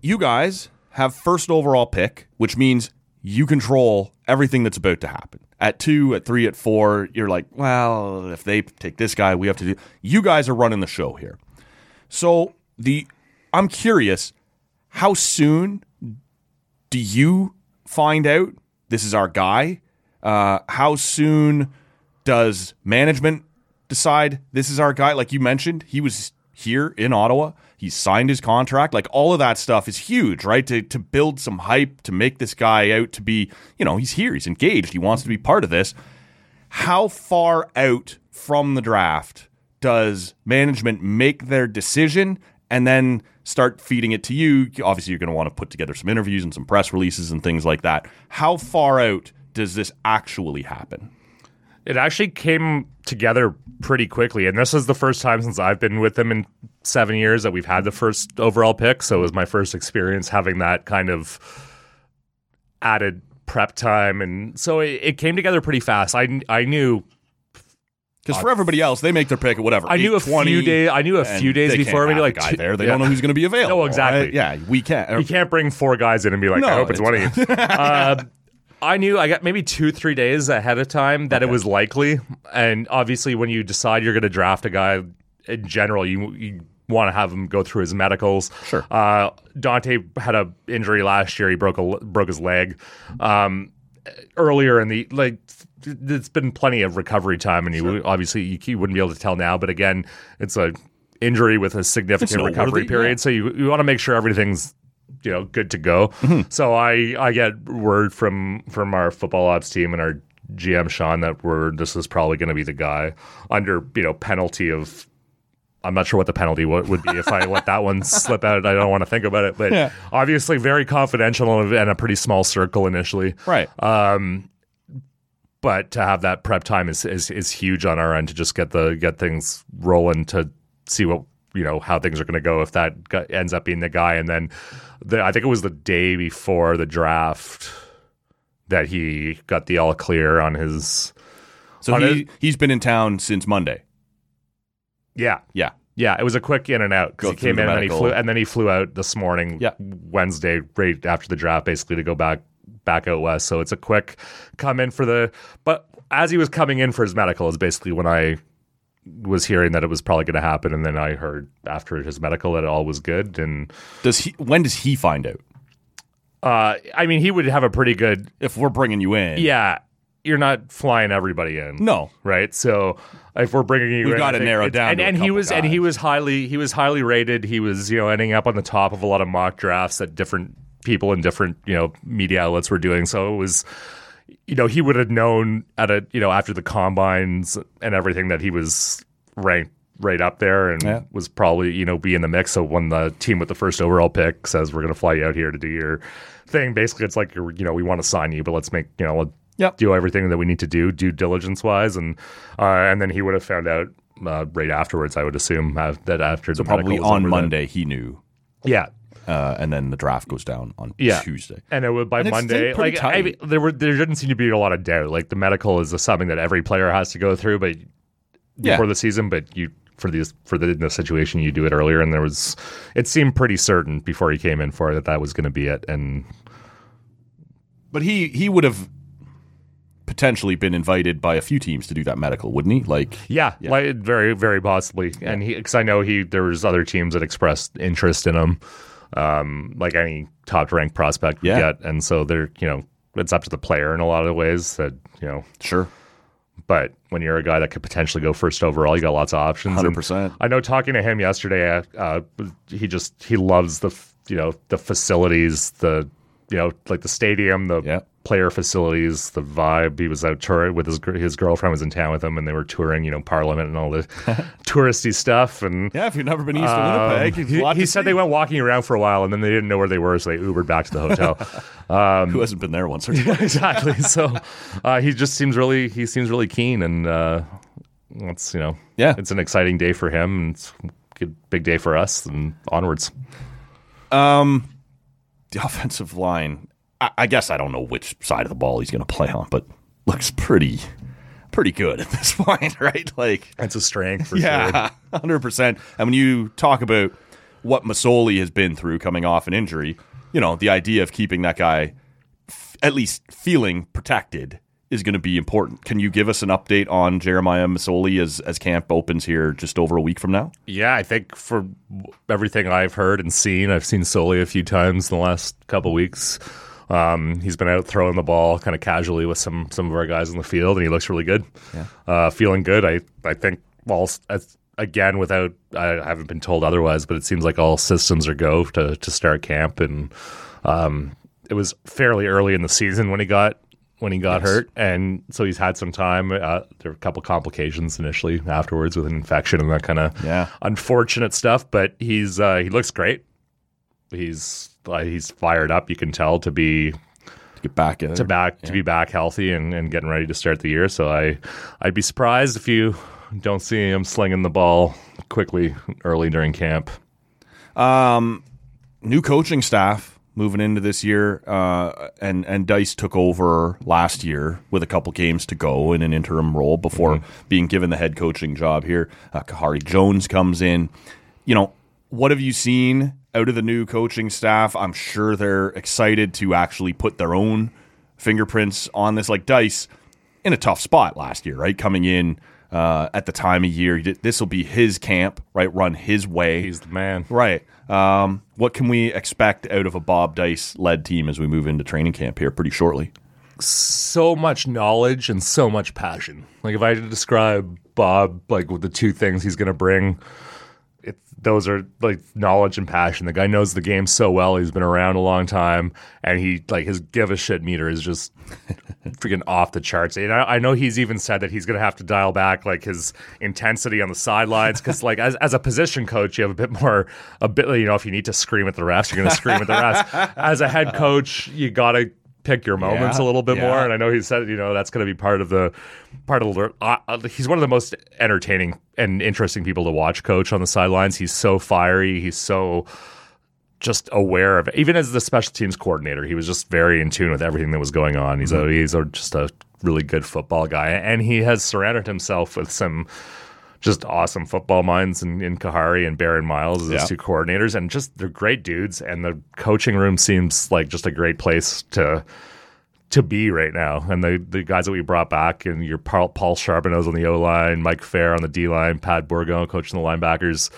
[SPEAKER 2] you guys have first overall pick, which means you control everything that's about to happen. At two, at three, at four, you're like, well, if they take this guy, we have to do. You guys are running the show here. So the, I'm curious, how soon do you find out this is our guy? Uh, how soon does management decide this is our guy? Like you mentioned, he was here in Ottawa. He signed his contract. Like all of that stuff is huge, right? To to build some hype, to make this guy out to be, you know, he's here, he's engaged, he wants to be part of this. How far out from the draft does management make their decision and then start feeding it to you? Obviously, you're going to want to put together some interviews and some press releases and things like that. How far out does this actually happen?
[SPEAKER 1] It actually came together pretty quickly, and this is the first time since I've been with them in seven years that we've had the first overall pick. So it was my first experience having that kind of added prep time, and so it, it came together pretty fast. I kn- I knew
[SPEAKER 2] Because for everybody else, they make their pick at whatever.
[SPEAKER 1] Uh, I knew a few
[SPEAKER 2] 8:20,
[SPEAKER 1] days. I knew a
[SPEAKER 2] and
[SPEAKER 1] few days
[SPEAKER 2] they can't
[SPEAKER 1] before, maybe
[SPEAKER 2] have
[SPEAKER 1] like
[SPEAKER 2] the guy
[SPEAKER 1] two-
[SPEAKER 2] there. They
[SPEAKER 1] yeah.
[SPEAKER 2] don't know who's going to be available.
[SPEAKER 1] No, exactly.
[SPEAKER 2] right? Yeah, we can't. er,
[SPEAKER 1] You can't bring four guys in and be like,
[SPEAKER 2] No,
[SPEAKER 1] I hope it's
[SPEAKER 2] it's-
[SPEAKER 1] one of
[SPEAKER 2] [laughs]
[SPEAKER 1] you. uh, I knew I got maybe two, three days ahead of time that it was likely. And obviously, when you decide you're going to draft a guy in general, you you want to have him go through his medicals. Sure. Uh, Dante had a injury last year. He broke a broke his leg. Um, earlier in the like th- it's been plenty of recovery time and you would- obviously you, you wouldn't be able to tell now but again it's a injury with a significant
[SPEAKER 2] noteworthy,
[SPEAKER 1] recovery
[SPEAKER 2] yeah.
[SPEAKER 1] period so you, you want to make sure everything's you know good to go so i i get word from from our football ops team and our gm sean that we're this is probably going to be the guy under you know penalty of I'm not sure what the penalty wo- would be if I let that one slip out. I don't want to think about it, but
[SPEAKER 2] Yeah.
[SPEAKER 1] obviously very confidential and a pretty small circle initially
[SPEAKER 2] Right.
[SPEAKER 1] Uh, Um, but to have that prep time is, is is huge on our end to just get the get things rolling to see what you know how things are going to go if that gu- ends up being the guy and then the, I think it was the day before the draft that he got the all clear on his
[SPEAKER 2] so
[SPEAKER 1] on
[SPEAKER 2] he, he's been in town since Monday.
[SPEAKER 1] yeah
[SPEAKER 2] Yeah.
[SPEAKER 1] Yeah, it was a quick in and out. 'cause
[SPEAKER 2] Go
[SPEAKER 1] He came
[SPEAKER 2] through
[SPEAKER 1] in
[SPEAKER 2] the
[SPEAKER 1] and he
[SPEAKER 2] medical.
[SPEAKER 1] flew, and then he flew out this morning,
[SPEAKER 2] Yeah.
[SPEAKER 1] Wednesday, right after the draft, basically to go back back out west. So it's a quick come in for the. But as he was coming in for his medical, is basically when I was hearing that it was probably going to happen, and then I heard after his medical that all was good. And
[SPEAKER 2] Does he? When does he find out?
[SPEAKER 1] uh, I mean, he would have a pretty good.
[SPEAKER 2] If we're bringing you in,
[SPEAKER 1] Yeah, you're not flying everybody in.
[SPEAKER 2] no,
[SPEAKER 1] right? So if we're bringing you,
[SPEAKER 2] We've
[SPEAKER 1] in,
[SPEAKER 2] got
[SPEAKER 1] I
[SPEAKER 2] to
[SPEAKER 1] think
[SPEAKER 2] narrow
[SPEAKER 1] it's-
[SPEAKER 2] down
[SPEAKER 1] And,
[SPEAKER 2] to a
[SPEAKER 1] and he
[SPEAKER 2] couple
[SPEAKER 1] was and he
[SPEAKER 2] guys.
[SPEAKER 1] was highly he was highly rated. He was you know ending up on the top of a lot of mock drafts that different people and different you know media outlets were doing. So it was. You know, he would have known at a you know after the combines and everything that he was ranked right up there and
[SPEAKER 2] Yeah.
[SPEAKER 1] was probably you know be in the mix. So when the team with the first overall pick says we're going to fly you out here to do your thing, basically it's like you're, you know we want to sign you, but let's make you know let
[SPEAKER 2] Yep.
[SPEAKER 1] do everything that we need to do due diligence wise, and uh, and then he would have found out uh, right afterwards. I would assume uh, that after the
[SPEAKER 2] probably
[SPEAKER 1] medical was
[SPEAKER 2] on
[SPEAKER 1] over that-
[SPEAKER 2] Monday he knew,
[SPEAKER 1] yeah,
[SPEAKER 2] uh, and then the draft goes down on
[SPEAKER 1] Yeah.
[SPEAKER 2] Tuesday.
[SPEAKER 1] and it would by
[SPEAKER 2] And it's still
[SPEAKER 1] Monday.
[SPEAKER 2] pretty
[SPEAKER 1] Like I
[SPEAKER 2] tight.
[SPEAKER 1] mean, there were there didn't seem to be a lot of doubt. Like the medical is something that every player has to go through, but
[SPEAKER 2] Yeah.
[SPEAKER 1] before the season, but you. For these, for the, in the situation, you do it earlier, and there was, it seemed pretty certain before he came in for it that that was going to be it, and
[SPEAKER 2] But he he would have potentially been invited by a few teams to do that medical, wouldn't he? Like,
[SPEAKER 1] Yeah, Like, very, very possibly. And he, because I know he, there was other teams that expressed interest in him, um, like any top ranked prospect would
[SPEAKER 2] Yeah.
[SPEAKER 1] get. And so they're, you know, it's up to the player in a lot of ways that you know.
[SPEAKER 2] sure,
[SPEAKER 1] But when you're a guy that could potentially go first overall, you got lots of options.
[SPEAKER 2] hundred
[SPEAKER 1] And
[SPEAKER 2] percent.
[SPEAKER 1] I know talking to him yesterday, uh, uh, he just he loves the f- you know the facilities, the you know like the stadium, the
[SPEAKER 2] Yeah.
[SPEAKER 1] player facilities, the vibe. He was out touring with his gr- his girlfriend was in town with him, and they were touring you know Parliament and all [laughs] the touristy stuff. And
[SPEAKER 2] Yeah, if you've never been east
[SPEAKER 1] um,
[SPEAKER 2] of Winnipeg, it's a
[SPEAKER 1] he,
[SPEAKER 2] lot
[SPEAKER 1] he
[SPEAKER 2] to
[SPEAKER 1] said
[SPEAKER 2] see.
[SPEAKER 1] they went walking around for a while, and then they didn't know where they were, so they Ubered back to the [laughs] hotel.
[SPEAKER 2] who hasn't been there once or [laughs]
[SPEAKER 1] [laughs]
[SPEAKER 2] twice.
[SPEAKER 1] exactly. So uh, he just seems really he seems really keen, and uh, that's you know
[SPEAKER 2] Yeah.
[SPEAKER 1] it's an exciting day for him, and it's a good big day for us, and onwards.
[SPEAKER 2] the offensive line. I, I guess I don't know which side of the ball he's going to play on, but looks pretty, pretty good at this [laughs] point, right? Like,
[SPEAKER 1] That's a strength for
[SPEAKER 2] yeah, [laughs] hundred percent. And when you talk about what Masoli has been through coming off an injury, you know the idea of keeping that guy f- at least feeling protected is going to be important. Can you give us an update on Jeremiah Masoli as as camp opens here just over a week from now?
[SPEAKER 1] Yeah, I think for everything I've heard and seen, I've seen Soli a few times in the last couple weeks. Um, he's been out throwing the ball kind of casually with some some of our guys in the field, and he looks really good. Uh, feeling good. I I think all s- as- again without I haven't been told otherwise, but it seems like all systems are go to to start camp, and um, it was fairly early in the season when he got when he got hurt, and so he's had some time. Uh, there were a couple complications initially afterwards with an infection and that kind of
[SPEAKER 2] Yeah.
[SPEAKER 1] unfortunate stuff. But he's uh, he looks great. He's uh, he's fired up. You can tell to be
[SPEAKER 2] Get back in
[SPEAKER 1] to back to be back healthy and, and getting ready to start the year. So I I'd be surprised if you don't see him slinging the ball quickly early during camp.
[SPEAKER 2] new coaching staff moving into this year, uh, and and Dice took over last year with a couple games to go in an interim role before being given the head coaching job here. Uh, Kahari Jones comes in. You know, what have you seen out of the new coaching staff? I'm sure they're excited to actually put their own fingerprints on this. Like Dice in a tough spot last year, right? Coming in. Uh, at the time of year, this will be his camp, right? Run his way.
[SPEAKER 1] He's the man.
[SPEAKER 2] Right. Um, what can we expect out of a Bob Dice led team as we move into training camp here pretty shortly?
[SPEAKER 1] so much knowledge and so much passion. Like if I had to describe Bob, like with the two things he's going to bring, it, those are like knowledge and passion. The guy knows the game so well. He's been around a long time, and he like his give a shit meter is just freaking off the charts. And I, I know he's even said that he's going to have to dial back like his intensity on the sidelines because like as, as a position coach, you have a bit more a bit you know if you need to scream at the refs, you're going to scream at the
[SPEAKER 2] [laughs]
[SPEAKER 1] refs. As a head coach, you got to pick your moments a
[SPEAKER 2] Yeah,
[SPEAKER 1] little bit
[SPEAKER 2] yeah.
[SPEAKER 1] more. And I know he said you know that's going to be part of the part of the. Uh, uh, he's one of the most entertaining and interesting people to watch coach on the sidelines. He's so fiery. He's so just aware of it. Even as the special teams coordinator, he was just very in tune with everything that was going on. He's a he's a, just a really good football guy, and he has surrounded himself with some just awesome football minds in, in Kahari and Baron Miles as
[SPEAKER 2] Yeah.
[SPEAKER 1] his two coordinators, and just they're great dudes. And the coaching room seems like just a great place to to be right now. And the the guys that we brought back, and your Paul, Paul Charbonneau's on the O line, Mike Fair on the D line, Pat Bourgon coaching the linebackers.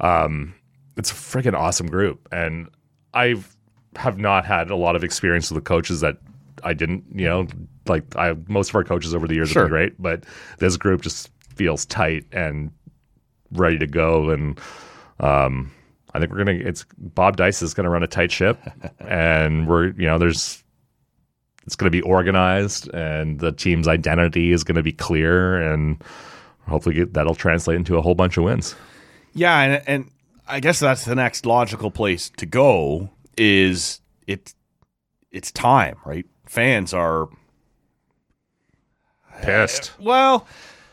[SPEAKER 1] Um, it's a freaking awesome group, and I've have not had a lot of experience with the coaches that I didn't, you know, like I most of our coaches over the years
[SPEAKER 2] Sure.
[SPEAKER 1] have been great, but this group just feels tight and ready to go and um I think we're gonna it's Bob Dice is gonna run a tight ship and we're you know, there's it's gonna be organized and the team's identity is gonna be clear and hopefully get, that'll translate into a whole bunch of wins.
[SPEAKER 2] Yeah, and, and I guess that's the next logical place to go is it. It's time, right? Fans are
[SPEAKER 1] Pissed.
[SPEAKER 2] well,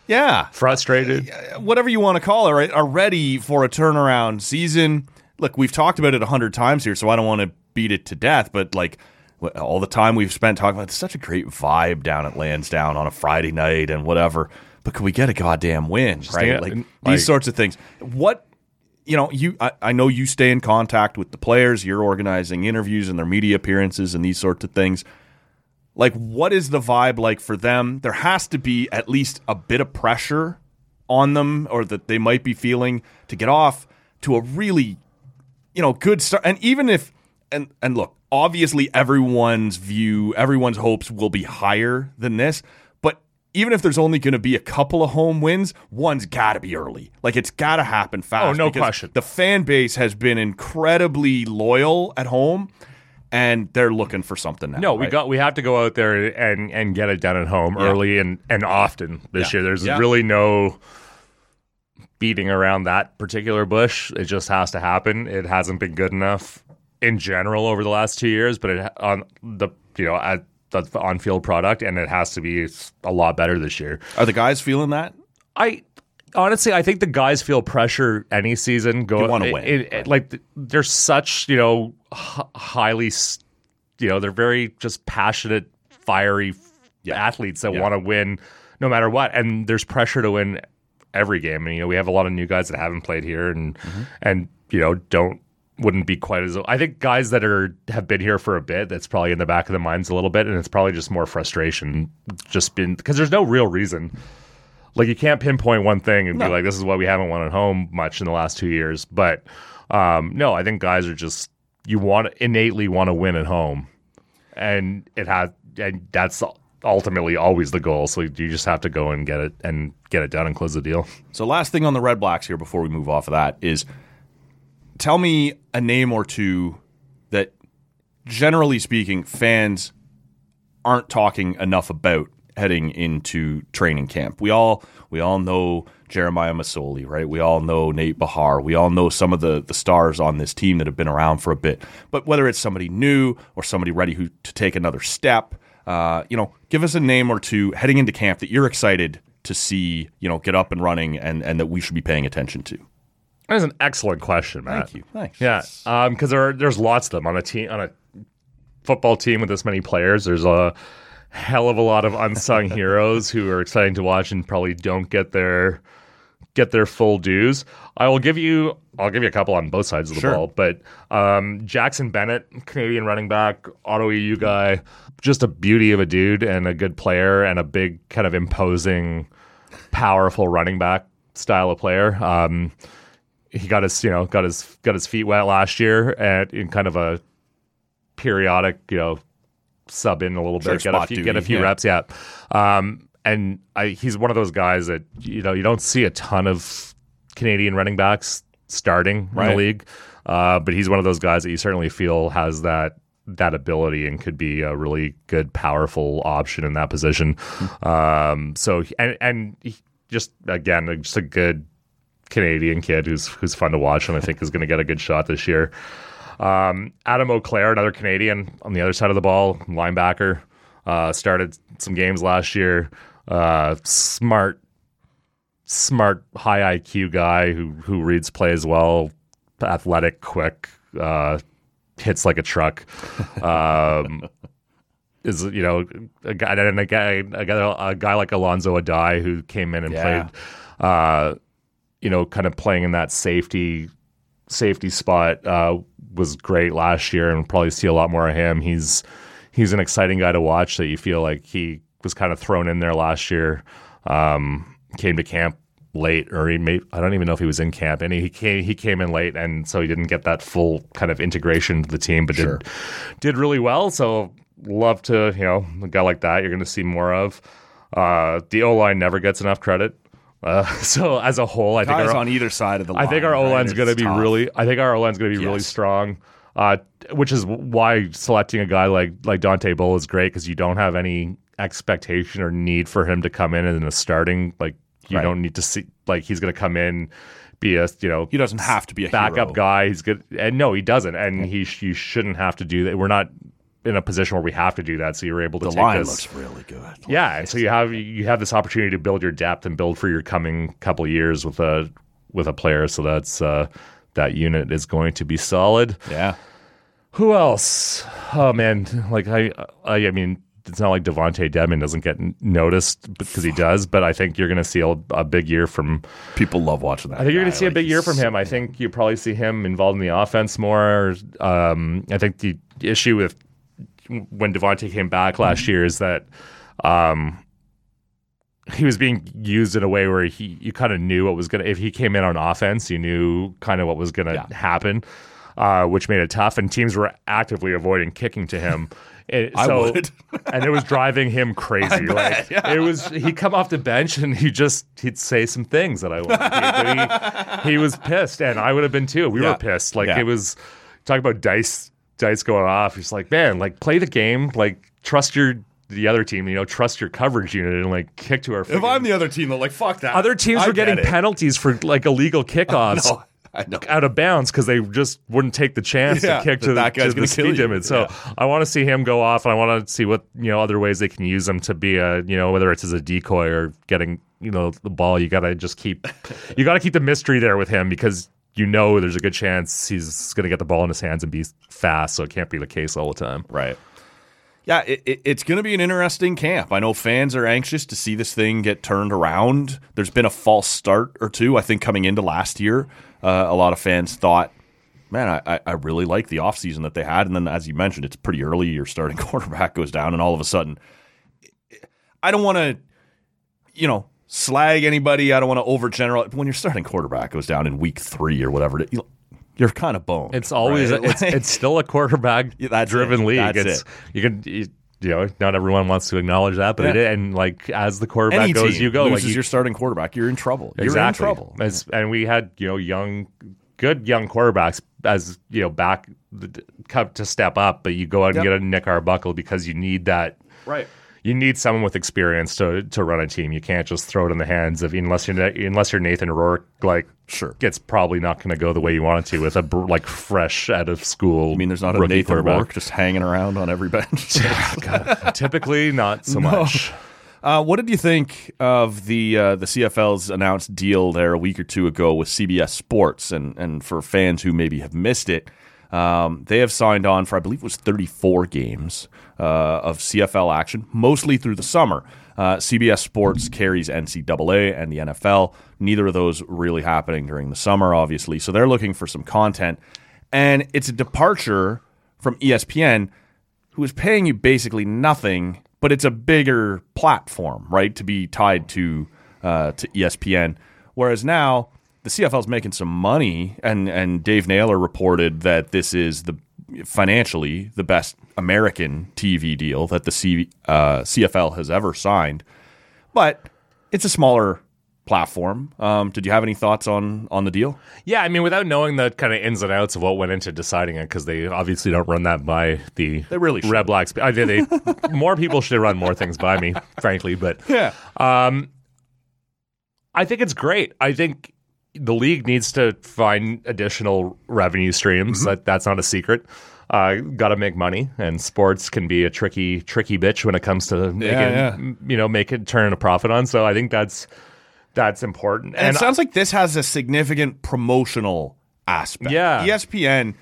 [SPEAKER 2] yeah,
[SPEAKER 1] Frustrated.
[SPEAKER 2] whatever you want to call it, right? Are ready for a turnaround season. Look, we've talked about it a hundred times here, so I don't want to beat it to death. But like wh- all the time we've spent talking about, it's such a great vibe down at Lansdowne on a Friday night and whatever. But can we get a goddamn win,
[SPEAKER 1] yeah,
[SPEAKER 2] right? Like
[SPEAKER 1] and, like-
[SPEAKER 2] these sorts of things. What you know, you I, I know you stay in contact with the players. You're organizing interviews and their media appearances and these sorts of things like what is the vibe like for them there has to be at least a bit of pressure on them or that they might be feeling to get off to a really you know good start and even if and and look obviously everyone's view everyone's hopes will be higher than this but even if there's only going to be a couple of home wins one's got to be early like it's got to happen fast
[SPEAKER 1] Oh, no
[SPEAKER 2] because
[SPEAKER 1] question.
[SPEAKER 2] the fan base has been incredibly loyal at home and they're looking for something now
[SPEAKER 1] No, we
[SPEAKER 2] right?
[SPEAKER 1] got we have to go out there and and get it done at home early and and often this
[SPEAKER 2] Yeah.
[SPEAKER 1] year. There's
[SPEAKER 2] Yeah.
[SPEAKER 1] really no beating around that particular bush. It just has to happen. It hasn't been good enough in general over the last two years, but it on the you know at the on field product, and it has to be a lot better this year.
[SPEAKER 2] Are the guys feeling that?
[SPEAKER 1] I honestly, I think the guys feel pressure any season. Go
[SPEAKER 2] You wanna
[SPEAKER 1] it-
[SPEAKER 2] win,
[SPEAKER 1] it- it- like th- they're such you know h- highly, s- you know, they're very just passionate, fiery f- athletes that want to win no matter what, and there's pressure to win every game. And you know, we have a lot of new guys that haven't played here, and
[SPEAKER 2] Mm-hmm.
[SPEAKER 1] and you know don't wouldn't be quite as I think guys that are have been here for a bit that's probably in the back of the minds a little bit and it's probably just more frustration just been because there's no real reason like you can't pinpoint one thing and be like, this is why we haven't won at home much in the last two years. But um, no, I think guys are just you want innately want to win at home, and it has and that's ultimately always the goal. So you just have to go and get it and get it done and close the deal.
[SPEAKER 2] So, last thing on the Red Blacks here before we move off of that is tell me a name or two that, generally speaking, fans aren't talking enough about heading into training camp. We all we all know Jeremiah Masoli, right? We all know Nate Bahar. We all know some of the the stars on this team that have been around for a bit. But whether it's somebody new or somebody ready who to take another step, uh, you know, give us a name or two heading into camp that you're excited to see, you know, get up and running and and that we should be paying attention to.
[SPEAKER 1] That is an excellent question, Matt.
[SPEAKER 2] Thank you. Thanks.
[SPEAKER 1] Yeah, because there are, there's lots of them on a team on a football team with this many players. There's a hell of a lot of unsung heroes who are exciting to watch and probably don't get their get their full dues. I will give you I'll give you a couple on both sides of the
[SPEAKER 2] Sure.
[SPEAKER 1] ball, but um, Jackson Bennett, Canadian running back, Auto EU guy, just a beauty of a dude and a good player and a big kind of imposing, powerful running back style of player. Um, he got his you know got his got his feet wet last year at in kind of a periodic you know sub in a little
[SPEAKER 2] Sure,
[SPEAKER 1] bit get a
[SPEAKER 2] spot
[SPEAKER 1] few
[SPEAKER 2] duty,
[SPEAKER 1] get a few
[SPEAKER 2] yeah.
[SPEAKER 1] reps yeah um and I, he's one of those guys that you know you don't see a ton of Canadian running backs starting in
[SPEAKER 2] Right.
[SPEAKER 1] the league uh, but he's one of those guys that you certainly feel has that that ability and could be a really good powerful option in that position um so and and he just again just a good Canadian kid who's who's fun to watch and I think is going to get a good shot this year. Um, Adam O'Clair, another Canadian on the other side of the ball, linebacker, uh, started some games last year. Uh, smart, smart, high IQ guy who who reads plays well, athletic, quick, uh, hits like a truck. Um, [laughs] is you know a guy and a guy a guy, a guy like Alonzo Adai who came in and
[SPEAKER 2] Yeah.
[SPEAKER 1] played uh, you know, kind of playing in that safety safety spot uh, was great last year, and we'll probably see a lot more of him. He's he's an exciting guy to watch that you feel like he was kind of thrown in there last year. Um, came to camp late, or he may I don't even know if he was in camp. And he came he came in late, and so he didn't get that full kind of integration to the team, but
[SPEAKER 2] Sure.
[SPEAKER 1] did did really well. So love to you know a guy like that you're going to see more of. Uh, the O line never gets enough credit. Uh, [laughs] so as a whole, I think
[SPEAKER 4] Guys
[SPEAKER 1] our,
[SPEAKER 4] on either side of the line.
[SPEAKER 1] I think our
[SPEAKER 4] right?
[SPEAKER 1] O line's
[SPEAKER 4] It's
[SPEAKER 1] going to be
[SPEAKER 4] tough.
[SPEAKER 1] really. I think our O line's going to be really
[SPEAKER 4] Yes.
[SPEAKER 1] strong, uh, which is why selecting a guy like like Dante Bull is great because you don't have any expectation or need for him to come in and a starting. Like you
[SPEAKER 2] Right.
[SPEAKER 1] don't need to see like he's going to come in, be a you know
[SPEAKER 4] He doesn't have to be a
[SPEAKER 1] backup
[SPEAKER 4] hero.
[SPEAKER 1] guy. He's good, and no, he doesn't, and he sh- you shouldn't have to do that. We're not in a position where we have to do that. So you're able to
[SPEAKER 4] The
[SPEAKER 1] take
[SPEAKER 4] line
[SPEAKER 1] this.
[SPEAKER 4] looks really good.
[SPEAKER 1] Yeah, and so you have you have this opportunity to build your depth and build for your coming couple years with a with a player. So that's uh, that unit is going to be solid.
[SPEAKER 2] Yeah.
[SPEAKER 1] Who else? Oh man, like I I, I mean. It's not like Devonte Deadman doesn't get n- noticed because he does, but I think you're going to see a, a big year from.
[SPEAKER 2] People love watching that.
[SPEAKER 1] I think you're going
[SPEAKER 2] guy,
[SPEAKER 1] to see a
[SPEAKER 2] like,
[SPEAKER 1] big year
[SPEAKER 2] he's-
[SPEAKER 1] from him. I think you probably see him involved in the offense more. Um, I think the issue with when Devontae came back last year is that um, he was being used in a way where he you kind of knew what was gonna if he came in on offense, you knew kind of what was gonna happen, uh, which made it tough. And teams were actively avoiding kicking to
[SPEAKER 2] [laughs]
[SPEAKER 1] him. It,
[SPEAKER 2] I
[SPEAKER 1] so,
[SPEAKER 2] would.
[SPEAKER 1] [laughs] and it was driving him crazy. like it was, he'd come off the bench and he just he'd say some things that I wanted. but he, he was pissed, and I would have been too. We
[SPEAKER 2] Yeah.
[SPEAKER 1] were pissed. Like
[SPEAKER 2] Yeah.
[SPEAKER 1] it was talk about dice dice going off. He's like, man, like play the game. Like trust your the other team. You know, trust your coverage unit and like kick to our.
[SPEAKER 2] If I'm the other team, though, like fuck that.
[SPEAKER 1] other teams
[SPEAKER 2] I
[SPEAKER 1] were getting
[SPEAKER 2] get [laughs] it.
[SPEAKER 1] penalties for like illegal [laughs] kickoffs
[SPEAKER 2] No, I know.
[SPEAKER 1] out of bounds because they just wouldn't take the chance
[SPEAKER 2] Yeah,
[SPEAKER 1] to kick
[SPEAKER 2] that
[SPEAKER 1] to, that
[SPEAKER 2] that guy's
[SPEAKER 1] to the
[SPEAKER 2] gonna kill
[SPEAKER 1] speed
[SPEAKER 2] you.
[SPEAKER 1] limit. So I want to see him go off, and I want to see what you know other ways they can use him to be a you know whether it's as a decoy or getting you know the ball. You gotta just
[SPEAKER 2] [laughs]
[SPEAKER 1] keep you gotta keep the mystery there with him because you know there's a good chance he's gonna get the ball in his hands and be fast. So it can't be the case all the time.
[SPEAKER 2] Right. Yeah, it, it, it's going to be an interesting camp. I know fans are anxious to see this thing get turned around. There's been a false start or two, I think, coming into last year. Uh, a lot of fans thought, man, I- I, I really like the offseason that they had. And then, as you mentioned, it's pretty early. Your starting [laughs] quarterback goes down, and all of a sudden, I don't want to, you know, slag anybody. I don't want to overgeneralize. When your starting quarterback goes down in week three or whatever, you- you're kind of boned.
[SPEAKER 1] It's always
[SPEAKER 2] right? [laughs]
[SPEAKER 1] it's,
[SPEAKER 2] Like-
[SPEAKER 1] it's still a quarterback
[SPEAKER 2] [laughs] Yeah, that's
[SPEAKER 1] driven
[SPEAKER 2] it.
[SPEAKER 1] league.
[SPEAKER 2] That's
[SPEAKER 1] it's
[SPEAKER 2] it.
[SPEAKER 1] you can you, you know not everyone wants to acknowledge that, but it
[SPEAKER 2] Yeah.
[SPEAKER 1] is and like as the quarterback goes, you go
[SPEAKER 2] loses
[SPEAKER 1] like you,
[SPEAKER 2] your starting quarterback, you're in trouble. You're in
[SPEAKER 1] exactly.
[SPEAKER 2] trouble.
[SPEAKER 1] As- and we had you know young, good young quarterbacks as you know back the- come to step up, but you go out and get a Nick Arbuckle because you need that.
[SPEAKER 2] Right.
[SPEAKER 1] You need someone with experience to to run a team. You can't just throw it in the hands of unless you're Na- unless you're Nathan Rourke. Like
[SPEAKER 2] Sure.
[SPEAKER 1] it's probably not going to go the way you want it to with a br- like fresh out of school.
[SPEAKER 2] I mean, there's not a
[SPEAKER 1] rookie
[SPEAKER 2] Nathan
[SPEAKER 1] quarterback. [laughs]
[SPEAKER 2] Rourke just hanging around on every bench. [laughs]
[SPEAKER 1] Typically, not so much.
[SPEAKER 2] uh, what did you think of the uh, the CFL's announced deal there a week or two ago with CBS Sports? And and for fans who maybe have missed it, um, they have signed on for I believe it was 34 games uh, of CFL action, mostly through the summer. Uh, CBS Sports carries NCAA and the NFL. Neither of those really happening during the summer, obviously. So they're looking for some content, and it's a departure from E ESPN who is paying you basically nothing, but it's a bigger platform, right, to be tied to uh, to ESPN. Whereas now the CFL is making some money, and and Dave Naylor reported that this is the financially the best American TV deal that the C, uh, CFL has ever signed, but it's a smaller platform. Um, did you have any thoughts on on the deal?
[SPEAKER 1] Yeah, I mean, without knowing the kind of ins and outs of what went into deciding it, because they obviously don't run that by the
[SPEAKER 2] They really should.
[SPEAKER 1] Red Blacks. I mean, they more people should run more things by me, frankly. But
[SPEAKER 2] Yeah,
[SPEAKER 1] I think it's great. I think the league needs to find additional revenue
[SPEAKER 2] Mm-hmm.
[SPEAKER 1] streams. That that's not a secret. Uh, Got to make money, and sports can be a tricky, tricky bitch when it comes to making,
[SPEAKER 2] yeah.
[SPEAKER 1] you know, make it turn a profit on. So I think that's that's important.
[SPEAKER 2] And, it sounds like E this has a significant promotional aspect.
[SPEAKER 1] Yeah.
[SPEAKER 2] ESPN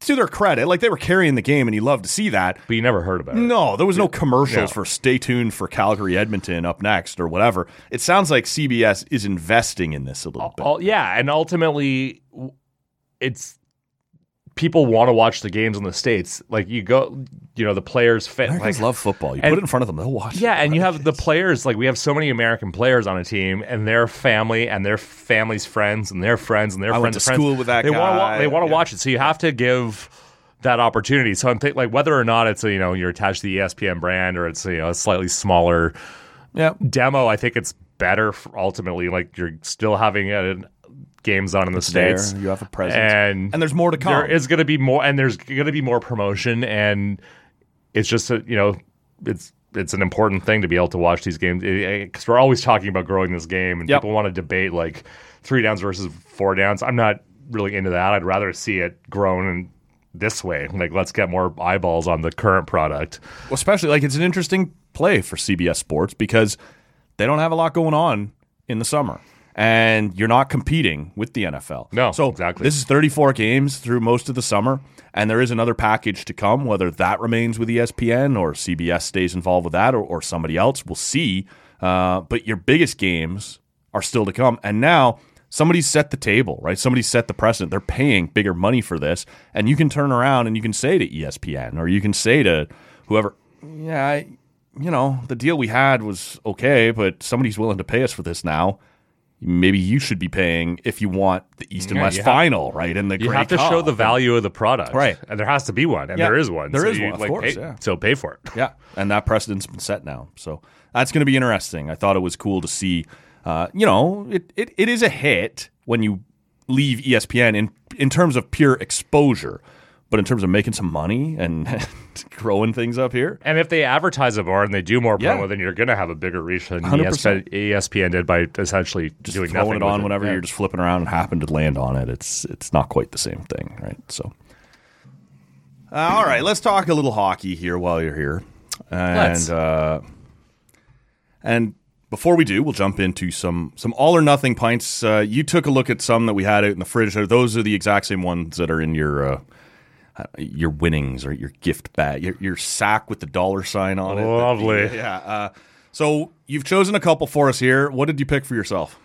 [SPEAKER 2] to their credit, like they were carrying the game, and you love to see that.
[SPEAKER 1] But you never heard about it.
[SPEAKER 2] No, there was no commercials
[SPEAKER 1] No.
[SPEAKER 2] for stay tuned for Calgary Edmonton up next or whatever. It sounds like CBS is investing in this a little bit.
[SPEAKER 1] Ul- yeah, and ultimately, w- it's people want to watch the games in the states. Like you go, you know, the players fit. Like,
[SPEAKER 2] love football. You
[SPEAKER 1] and-
[SPEAKER 2] put it in front of them, they'll watch.
[SPEAKER 1] [laughs]
[SPEAKER 2] it.
[SPEAKER 1] yeah, and you have the players. Like we have so many American players on a team, and their family, and their family's friends, and their friends, and their
[SPEAKER 2] I
[SPEAKER 1] friends.
[SPEAKER 2] went to
[SPEAKER 1] friends.
[SPEAKER 2] school with that
[SPEAKER 1] They want to.
[SPEAKER 2] guy,
[SPEAKER 1] They want to
[SPEAKER 2] yeah.
[SPEAKER 1] watch it. So you have to give. That opportunity. So I'm thinking, like, whether or not it's a, you know you're attached to the E ESPN brand or it's you know a slightly smaller
[SPEAKER 2] yeah.
[SPEAKER 1] demo, I think it's better for ultimately. Like you're still having uh, games on in the states.
[SPEAKER 4] There, you have a presence.
[SPEAKER 1] and
[SPEAKER 2] And there's more to come.
[SPEAKER 1] there is going to be more, and there's going to be more promotion, and it's just a, you know, it's it's an important thing to be able to watch these games because we're always talking about growing this game, and
[SPEAKER 2] Yep.
[SPEAKER 1] people want to debate like three downs versus four downs. I'm not really into that. I'd rather see it grown and this way. Like, let's get more eyeballs on the current product.
[SPEAKER 2] Well, especially like it's an interesting play for CBS Sports because they don't have a lot going on in the summer. And you're not competing with the NFL.
[SPEAKER 1] No,
[SPEAKER 2] so
[SPEAKER 1] exactly.
[SPEAKER 2] This is 34 games through most of the summer, and there is another package to come. Whether that remains with E ESPN or CBS stays involved with that, or, or somebody else, we'll see. Uh, but your biggest games are still to come, and now somebody's set the table, right? Somebody set the precedent. They're paying bigger money for this, and you can turn around and you can say to E ESPN or you can say to whoever, yeah, I, you know, the deal we had was okay, but somebody's willing to pay us for this now. Maybe you should be paying if you want the East and
[SPEAKER 1] Yeah,
[SPEAKER 2] West
[SPEAKER 1] you have-
[SPEAKER 2] final, right? And the
[SPEAKER 1] You have to show the value of the product,
[SPEAKER 2] Right.
[SPEAKER 1] And there has to be one, and
[SPEAKER 2] Yeah.
[SPEAKER 1] there is one.
[SPEAKER 2] There
[SPEAKER 1] so
[SPEAKER 2] is
[SPEAKER 1] you,
[SPEAKER 2] one, of
[SPEAKER 1] like,
[SPEAKER 2] course,
[SPEAKER 1] pay-
[SPEAKER 2] yeah.
[SPEAKER 1] So pay for it.
[SPEAKER 2] yeah, and that precedent's been set now. So that's going to be interesting. I thought it was cool to see. Uh, you know, it, it it is a hit when you leave E ESPN in in terms of pure exposure, but in terms of making some money and [laughs] growing things up here,
[SPEAKER 1] And if they advertise it more and they do more
[SPEAKER 2] Yeah.
[SPEAKER 1] promo, then you're going to have a bigger reach than E
[SPEAKER 2] 100%.
[SPEAKER 1] ESPN, ESPN did by essentially
[SPEAKER 2] just
[SPEAKER 1] doing
[SPEAKER 2] throwing
[SPEAKER 1] nothing
[SPEAKER 2] it on
[SPEAKER 1] with
[SPEAKER 2] whenever you're just flipping around and happen to land on it. It's it's not quite the same thing, right? So, uh, all right, let's talk a little hockey here while you're here,
[SPEAKER 1] Let's.
[SPEAKER 2] and uh, and before we do, we'll jump into some some all or nothing pints. Uh, you took a look at some that we had out in the fridge. Those are the exact same ones that are in your. Uh, your winnings or your gift bag, your, your sack with the dollar sign on it.
[SPEAKER 1] Lovely.
[SPEAKER 2] Yeah. Uh, so you've chosen a couple for us here. What did you pick for yourself?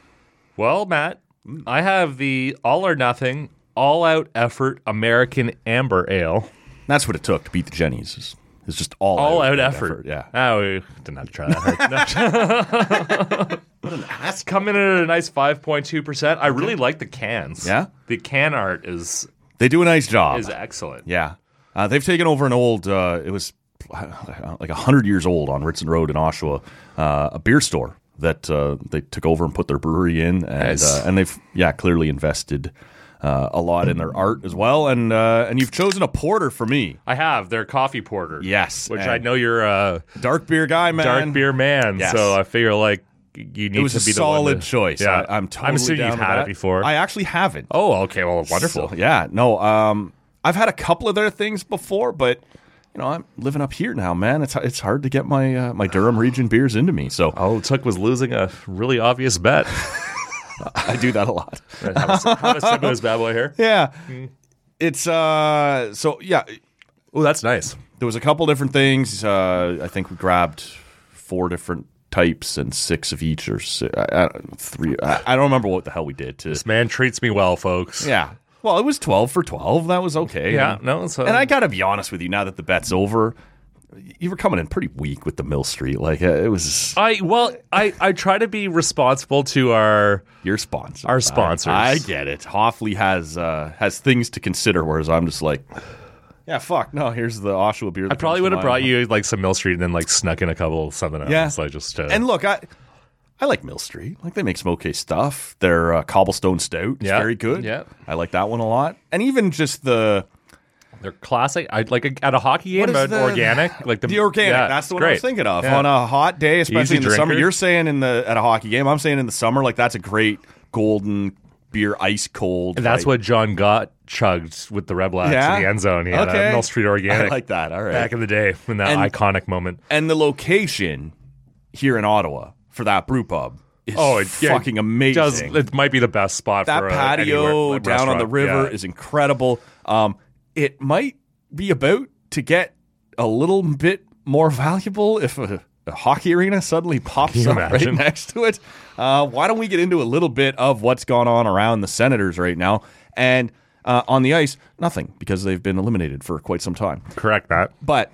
[SPEAKER 1] Well, Matt, I have the all or nothing, all out effort American Amber Ale.
[SPEAKER 2] That's what it took to beat the Jennies. Is, is just all
[SPEAKER 1] All out,
[SPEAKER 2] out
[SPEAKER 1] effort.
[SPEAKER 2] Oh, Yeah.
[SPEAKER 1] Oh, we didn't have to try that hard.
[SPEAKER 2] [laughs]
[SPEAKER 1] No. It's [laughs] coming in at a nice 5.2%. I really like the cans.
[SPEAKER 2] Yeah?
[SPEAKER 1] The can art is
[SPEAKER 2] They do a nice job.
[SPEAKER 1] is excellent.
[SPEAKER 2] Yeah. Uh, they've taken over an old, uh, it was uh, like 100 years old on Ritson Road in Oshawa, uh, a beer store that uh, they took over and put their brewery in. And,
[SPEAKER 1] Nice.
[SPEAKER 2] uh, and they've, yeah, clearly invested uh, a lot in their art as well. And, uh, and you've chosen a porter for me.
[SPEAKER 1] I have their coffee porter.
[SPEAKER 2] Yes.
[SPEAKER 1] Which
[SPEAKER 2] and
[SPEAKER 1] I know you're uh,
[SPEAKER 2] Dark beer guy, man.
[SPEAKER 1] dark beer man.
[SPEAKER 2] Yes.
[SPEAKER 1] So I figure like you need
[SPEAKER 2] It was
[SPEAKER 1] to
[SPEAKER 2] a
[SPEAKER 1] be the one
[SPEAKER 2] solid
[SPEAKER 1] to-
[SPEAKER 2] choice.
[SPEAKER 1] Yeah,
[SPEAKER 2] I, am totally
[SPEAKER 1] I'm assuming
[SPEAKER 2] down
[SPEAKER 1] you've
[SPEAKER 2] with
[SPEAKER 1] had
[SPEAKER 2] that.
[SPEAKER 1] it before.
[SPEAKER 2] I actually haven't.
[SPEAKER 1] oh, okay. Well, wonderful.
[SPEAKER 2] So, yeah. No. Um, I've had a couple of their things before, but you know, I'm living up here now, man. It's it's hard to get my uh, my [sighs] Durham region beers into me, so
[SPEAKER 1] All it took Oh, was losing a really obvious bet.
[SPEAKER 2] [laughs] I do that a lot. Mm-hmm.
[SPEAKER 1] Right, have, a, have a sip of this bad boy here.
[SPEAKER 2] Yeah. It's uh. So yeah,
[SPEAKER 1] Oh, that's nice.
[SPEAKER 2] there was a couple different things. Uh, I think we grabbed four different types and six of each or si I, I, three. I, I don't remember what the hell we did. To
[SPEAKER 1] This man treats me well, folks.
[SPEAKER 2] yeah. Well, it was twelve for twelve. That was okay.
[SPEAKER 1] Yeah. No. So
[SPEAKER 2] And I got to be honest with you, now that the bet's over, you were coming in pretty weak with the Mill Street. Like uh, it was
[SPEAKER 1] I well, I I try to be responsible to our.
[SPEAKER 2] your sponsor.
[SPEAKER 1] Our sponsors.
[SPEAKER 2] I, I get it. Hoffley has uh, has things to consider, whereas I'm just like, yeah, fuck. No, here's the Oshawa beer.
[SPEAKER 1] I probably would have brought you like some Mill Street and then like snuck in a couple of something else.
[SPEAKER 2] Yeah.
[SPEAKER 1] I just uh,
[SPEAKER 2] And look, I. I like Mill Street. Like they make some okay stuff. Their uh, cobblestone stout is
[SPEAKER 1] Yeah.
[SPEAKER 2] very good.
[SPEAKER 1] Yeah.
[SPEAKER 2] I like that one a lot. And even just the
[SPEAKER 1] they're classic. I like a, at a hockey game,
[SPEAKER 2] What is
[SPEAKER 1] but
[SPEAKER 2] the-
[SPEAKER 1] organic, like the,
[SPEAKER 2] the, organic.
[SPEAKER 1] yeah,
[SPEAKER 2] that's the one
[SPEAKER 1] great.
[SPEAKER 2] I was thinking of.
[SPEAKER 1] Yeah.
[SPEAKER 2] On a hot day, especially
[SPEAKER 1] Easy
[SPEAKER 2] in the summer,
[SPEAKER 1] drinker.
[SPEAKER 2] you're saying in the at a hockey game. I'm saying in the summer, like that's a great golden beer, ice cold.
[SPEAKER 1] And that's
[SPEAKER 2] like-
[SPEAKER 1] what John Gott chugged with the Red Blacks
[SPEAKER 2] Yeah?
[SPEAKER 1] in the end zone. He had
[SPEAKER 2] Okay.
[SPEAKER 1] a Mill Street
[SPEAKER 2] [laughs] I
[SPEAKER 1] Organic
[SPEAKER 2] like that. All right.
[SPEAKER 1] back in the day in that
[SPEAKER 2] And-
[SPEAKER 1] iconic moment.
[SPEAKER 2] and the location here in Ottawa for that brew pub is
[SPEAKER 1] Oh, it, yeah,
[SPEAKER 2] fucking amazing.
[SPEAKER 1] Does, it might be the best spot
[SPEAKER 2] that
[SPEAKER 1] for a-
[SPEAKER 2] patio
[SPEAKER 1] anywhere-
[SPEAKER 2] down on the
[SPEAKER 1] restaurant.
[SPEAKER 2] river
[SPEAKER 1] Yeah.
[SPEAKER 2] is incredible. Um, it might be about to get a little bit more valuable if a, a hockey arena suddenly pops
[SPEAKER 1] you
[SPEAKER 2] up [laughs] right
[SPEAKER 1] imagine?
[SPEAKER 2] next to it. Uh, why don't we get into a little bit of what's gone on around the Senators right now? And uh, on the ice, nothing because they've been eliminated for quite some time.
[SPEAKER 1] Correct that.
[SPEAKER 2] But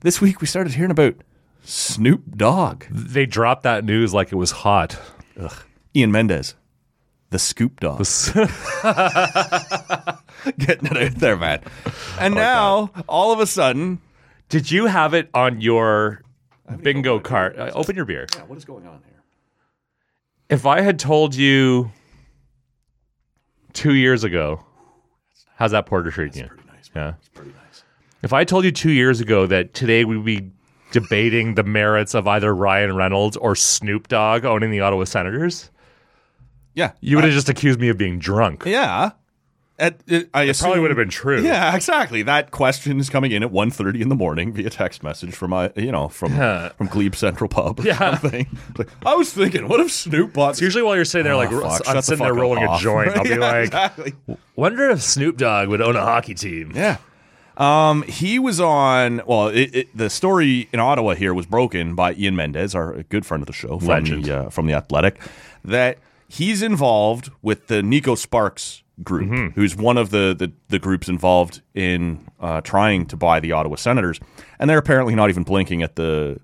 [SPEAKER 2] this week we started hearing about Snoop Dogg,
[SPEAKER 1] They dropped that news like it was
[SPEAKER 2] [laughs]
[SPEAKER 1] hot.
[SPEAKER 2] Ian Mendez, the Scoop Dog. [laughs] Getting it out there, man. And now, all of a sudden,
[SPEAKER 1] Did you have it on your bingo card? Uh, open your beer.
[SPEAKER 2] what is going on here?
[SPEAKER 1] If I had told you two years ago, how's that porter treating you? yeah, it's pretty nice. If I told you two years ago that today we'd be debating the merits of either Ryan Reynolds or Snoop Dogg owning the Ottawa Senators,
[SPEAKER 2] Yeah, Uh,
[SPEAKER 1] you would have just accused me of being drunk.
[SPEAKER 2] yeah. At, it, I
[SPEAKER 1] Probably
[SPEAKER 2] assume,
[SPEAKER 1] would have been true.
[SPEAKER 2] yeah, exactly. That question is coming in at 1.30 in the morning via text message from my, you
[SPEAKER 1] [laughs]
[SPEAKER 2] know, from from Glebe Central Pub or
[SPEAKER 1] Yeah.
[SPEAKER 2] something. It's Like, I was thinking, what if Snoop bought?
[SPEAKER 1] It's usually while you're sitting there, like
[SPEAKER 2] Oh, fuck, shut
[SPEAKER 1] I'm
[SPEAKER 2] the
[SPEAKER 1] sitting there
[SPEAKER 2] fuck up,
[SPEAKER 1] rolling
[SPEAKER 2] off.
[SPEAKER 1] a joint. [laughs] I'll be
[SPEAKER 2] Yeah,
[SPEAKER 1] like,
[SPEAKER 2] [laughs] exactly.
[SPEAKER 1] wonder if Snoop Dogg would own a hockey team.
[SPEAKER 2] Yeah. Um, he was on. Well, it, it, the story in Ottawa here was broken by Ian Mendez, our good friend of the show, from
[SPEAKER 1] Legend.
[SPEAKER 2] the uh, from the Athletic, that he's involved with the Nico Sparks group, who's one of the, the the groups involved in uh, trying to buy the Ottawa Senators, and they're apparently not even blinking at the,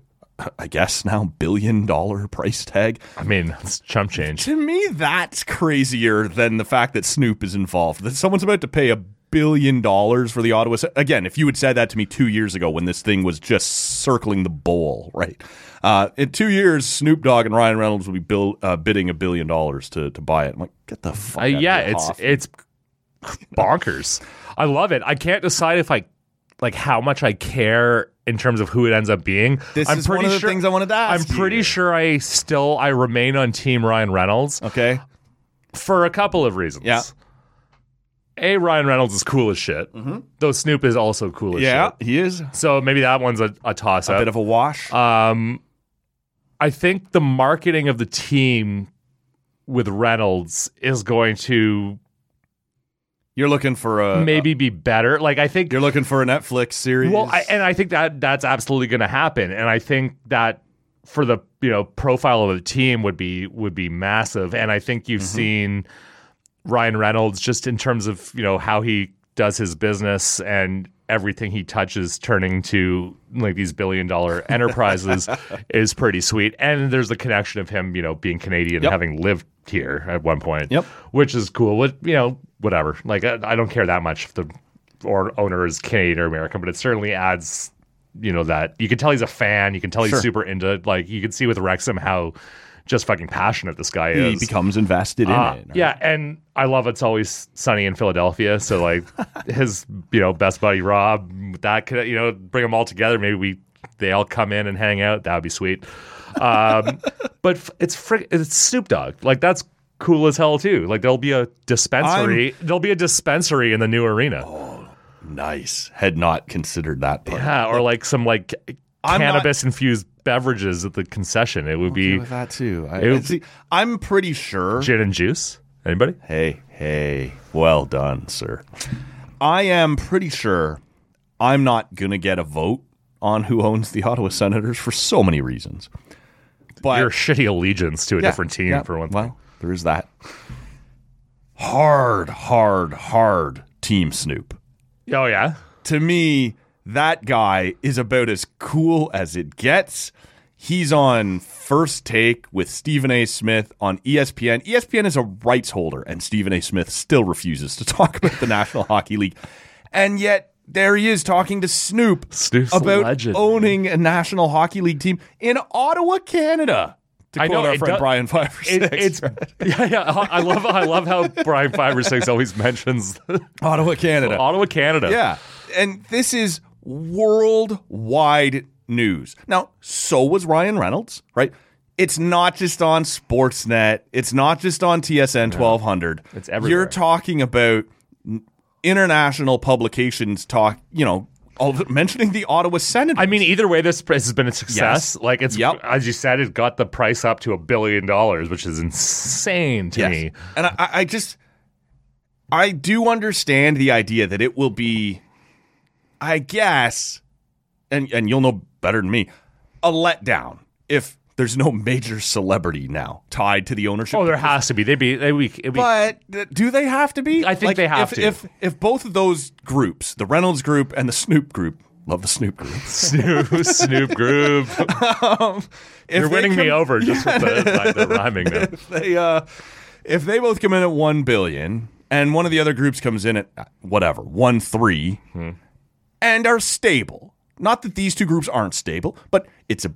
[SPEAKER 2] I guess now billion dollar price tag.
[SPEAKER 1] I mean, it's chump change.
[SPEAKER 2] To me, that's crazier than the fact that Snoop is involved. That someone's about to pay a billion dollars for the Ottawa. Se- Again, if you had said that to me two years ago when this thing was just circling the bowl, right? Uh, in two years, Snoop Dogg and Ryan Reynolds will be bill- uh, bidding a billion dollars to to buy it. I'm like, get the fuck.
[SPEAKER 1] Uh,
[SPEAKER 2] out of
[SPEAKER 1] yeah,
[SPEAKER 2] here,
[SPEAKER 1] it's
[SPEAKER 2] Hoff.
[SPEAKER 1] it's bonkers. I love it. I can't decide if I like how much I care in terms of who it ends up being.
[SPEAKER 2] This
[SPEAKER 1] I'm
[SPEAKER 2] is one
[SPEAKER 1] pretty
[SPEAKER 2] of the
[SPEAKER 1] sure-
[SPEAKER 2] things I wanted to
[SPEAKER 1] I'm
[SPEAKER 2] ask.
[SPEAKER 1] pretty
[SPEAKER 2] you.
[SPEAKER 1] sure I still I remain on Team Ryan Reynolds
[SPEAKER 2] Okay.
[SPEAKER 1] for a couple of reasons.
[SPEAKER 2] Yeah.
[SPEAKER 1] A Ryan Reynolds is cool as shit, though Snoop is also cool as
[SPEAKER 2] Mm-hmm. Yeah,
[SPEAKER 1] shit.
[SPEAKER 2] he is a
[SPEAKER 1] So maybe that one's a, a toss up.
[SPEAKER 2] bit of a wash.
[SPEAKER 1] Um, I think the marketing of the team with Reynolds is going to
[SPEAKER 2] you're looking for a
[SPEAKER 1] maybe be better. Like I think,
[SPEAKER 2] Uh, You're looking for a Netflix series.
[SPEAKER 1] well, I, and I think that that's absolutely going to happen. And I think that for the you know profile of the team would be would be massive. And I think you've seen Ryan Reynolds just in terms of you know how he does his business and everything he touches turning to like these billion
[SPEAKER 2] [laughs]
[SPEAKER 1] dollar enterprises is pretty sweet. And there's the connection of him, you know, being Canadian and
[SPEAKER 2] Yep.
[SPEAKER 1] having lived here at one point.
[SPEAKER 2] Yep.
[SPEAKER 1] Which is cool. What you know, whatever. Like I, I don't care that much if the or owner is Canadian or American, but it certainly adds you know that you can tell he's a fan. You can tell he's
[SPEAKER 2] Sure.
[SPEAKER 1] super into it. like you can see with Wrexham how just fucking passionate this guy
[SPEAKER 2] he
[SPEAKER 1] is.
[SPEAKER 2] becomes invested
[SPEAKER 1] Ah,
[SPEAKER 2] in it.
[SPEAKER 1] Yeah, and I love it's always sunny in Philadelphia. So
[SPEAKER 2] [laughs]
[SPEAKER 1] like his, you know, best buddy Rob, that could you know bring them all together. Maybe we they all come in and hang out. That would be sweet.
[SPEAKER 2] [laughs]
[SPEAKER 1] Um, but f- it's frick, it's Snoop Dogg. Like that's cool as hell too. Like there'll be a dispensary. there'll be a dispensary in the new arena.
[SPEAKER 2] Oh, Nice. Had not considered that part.
[SPEAKER 1] yeah, or like some like
[SPEAKER 2] I'm not-
[SPEAKER 1] cannabis infused beverages at the concession. It would be
[SPEAKER 2] with that too. I,
[SPEAKER 1] Ew.
[SPEAKER 2] see, I'm pretty sure.
[SPEAKER 1] gin and juice. Anybody?
[SPEAKER 2] Hey, hey, well done, sir. I am pretty sure I'm not going to get a vote on who owns the Ottawa Senators for so many reasons. But
[SPEAKER 1] Your shitty allegiance to a
[SPEAKER 2] Yeah,
[SPEAKER 1] different team
[SPEAKER 2] yeah,
[SPEAKER 1] for one thing.
[SPEAKER 2] Well, there is that. Hard, hard, hard team Snoop.
[SPEAKER 1] Oh yeah.
[SPEAKER 2] to me, that guy is about as cool as it gets. He's on First Take with Stephen A. Smith on E ESPN. ESPN is a rights holder, and Stephen A. Smith still refuses to [laughs] talk about the National Hockey League. And yet, there he is talking to Snoop
[SPEAKER 1] Snoop's a
[SPEAKER 2] about
[SPEAKER 1] legend,
[SPEAKER 2] [laughs]
[SPEAKER 1] man.
[SPEAKER 2] owning a National Hockey League team in Ottawa, Canada. To
[SPEAKER 1] I
[SPEAKER 2] quote
[SPEAKER 1] know,
[SPEAKER 2] our
[SPEAKER 1] it
[SPEAKER 2] friend
[SPEAKER 1] does-
[SPEAKER 2] Brian Five or
[SPEAKER 1] It-
[SPEAKER 2] Six,
[SPEAKER 1] it's [laughs] yeah, yeah. I I love I love how Brian Five or Six always mentions
[SPEAKER 2] Ottawa, Canada.
[SPEAKER 1] Ottawa, Canada.
[SPEAKER 2] Yeah. And this is worldwide news. Now, so was Ryan Reynolds, right? It's not just on Sportsnet. It's not just on TSN 1200.
[SPEAKER 1] It's everywhere.
[SPEAKER 2] You're talking about n- international publications talk, you know, all of it- mentioning the Ottawa Senate.
[SPEAKER 1] I mean, either way, this price has been a success.
[SPEAKER 2] Yes.
[SPEAKER 1] Like it's
[SPEAKER 2] Yep.
[SPEAKER 1] as you said, it got the price up to a billion dollars, which is insane to
[SPEAKER 2] Yes.
[SPEAKER 1] me.
[SPEAKER 2] And I, I- I just I do understand the idea that it will be, I guess, and and you'll know better than me, a letdown if there's no major celebrity now tied to the ownership.
[SPEAKER 1] Oh, there has to be. They'd be. They'd be, it'd be
[SPEAKER 2] But th- do they have to be?
[SPEAKER 1] I think they have
[SPEAKER 2] if,
[SPEAKER 1] to.
[SPEAKER 2] If if both of those groups, the Reynolds group and the Snoop group, love the Snoop group.
[SPEAKER 1] [laughs]
[SPEAKER 2] [laughs] um,
[SPEAKER 1] Snoop, Snoop Group.
[SPEAKER 2] If
[SPEAKER 1] You're
[SPEAKER 2] they
[SPEAKER 1] winning me
[SPEAKER 2] com-
[SPEAKER 1] over just with
[SPEAKER 2] [laughs]
[SPEAKER 1] the, like, the rhyming there.
[SPEAKER 2] If [laughs] they uh, if they both come in at one billion, and one of the other groups comes in at uh, whatever one three,
[SPEAKER 1] Hmm.
[SPEAKER 2] and are stable. Not that these two groups aren't stable, but it's a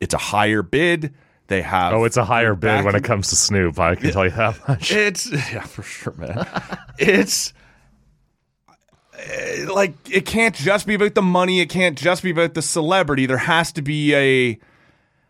[SPEAKER 2] it's a higher bid. They have
[SPEAKER 1] Oh, it's a higher bid when
[SPEAKER 2] backing-
[SPEAKER 1] it comes to Snoop. I can tell you that much.
[SPEAKER 2] It's [laughs] yeah, for sure, man. it's uh, like it can't just be about the money. It can't just be about the celebrity. There has to be a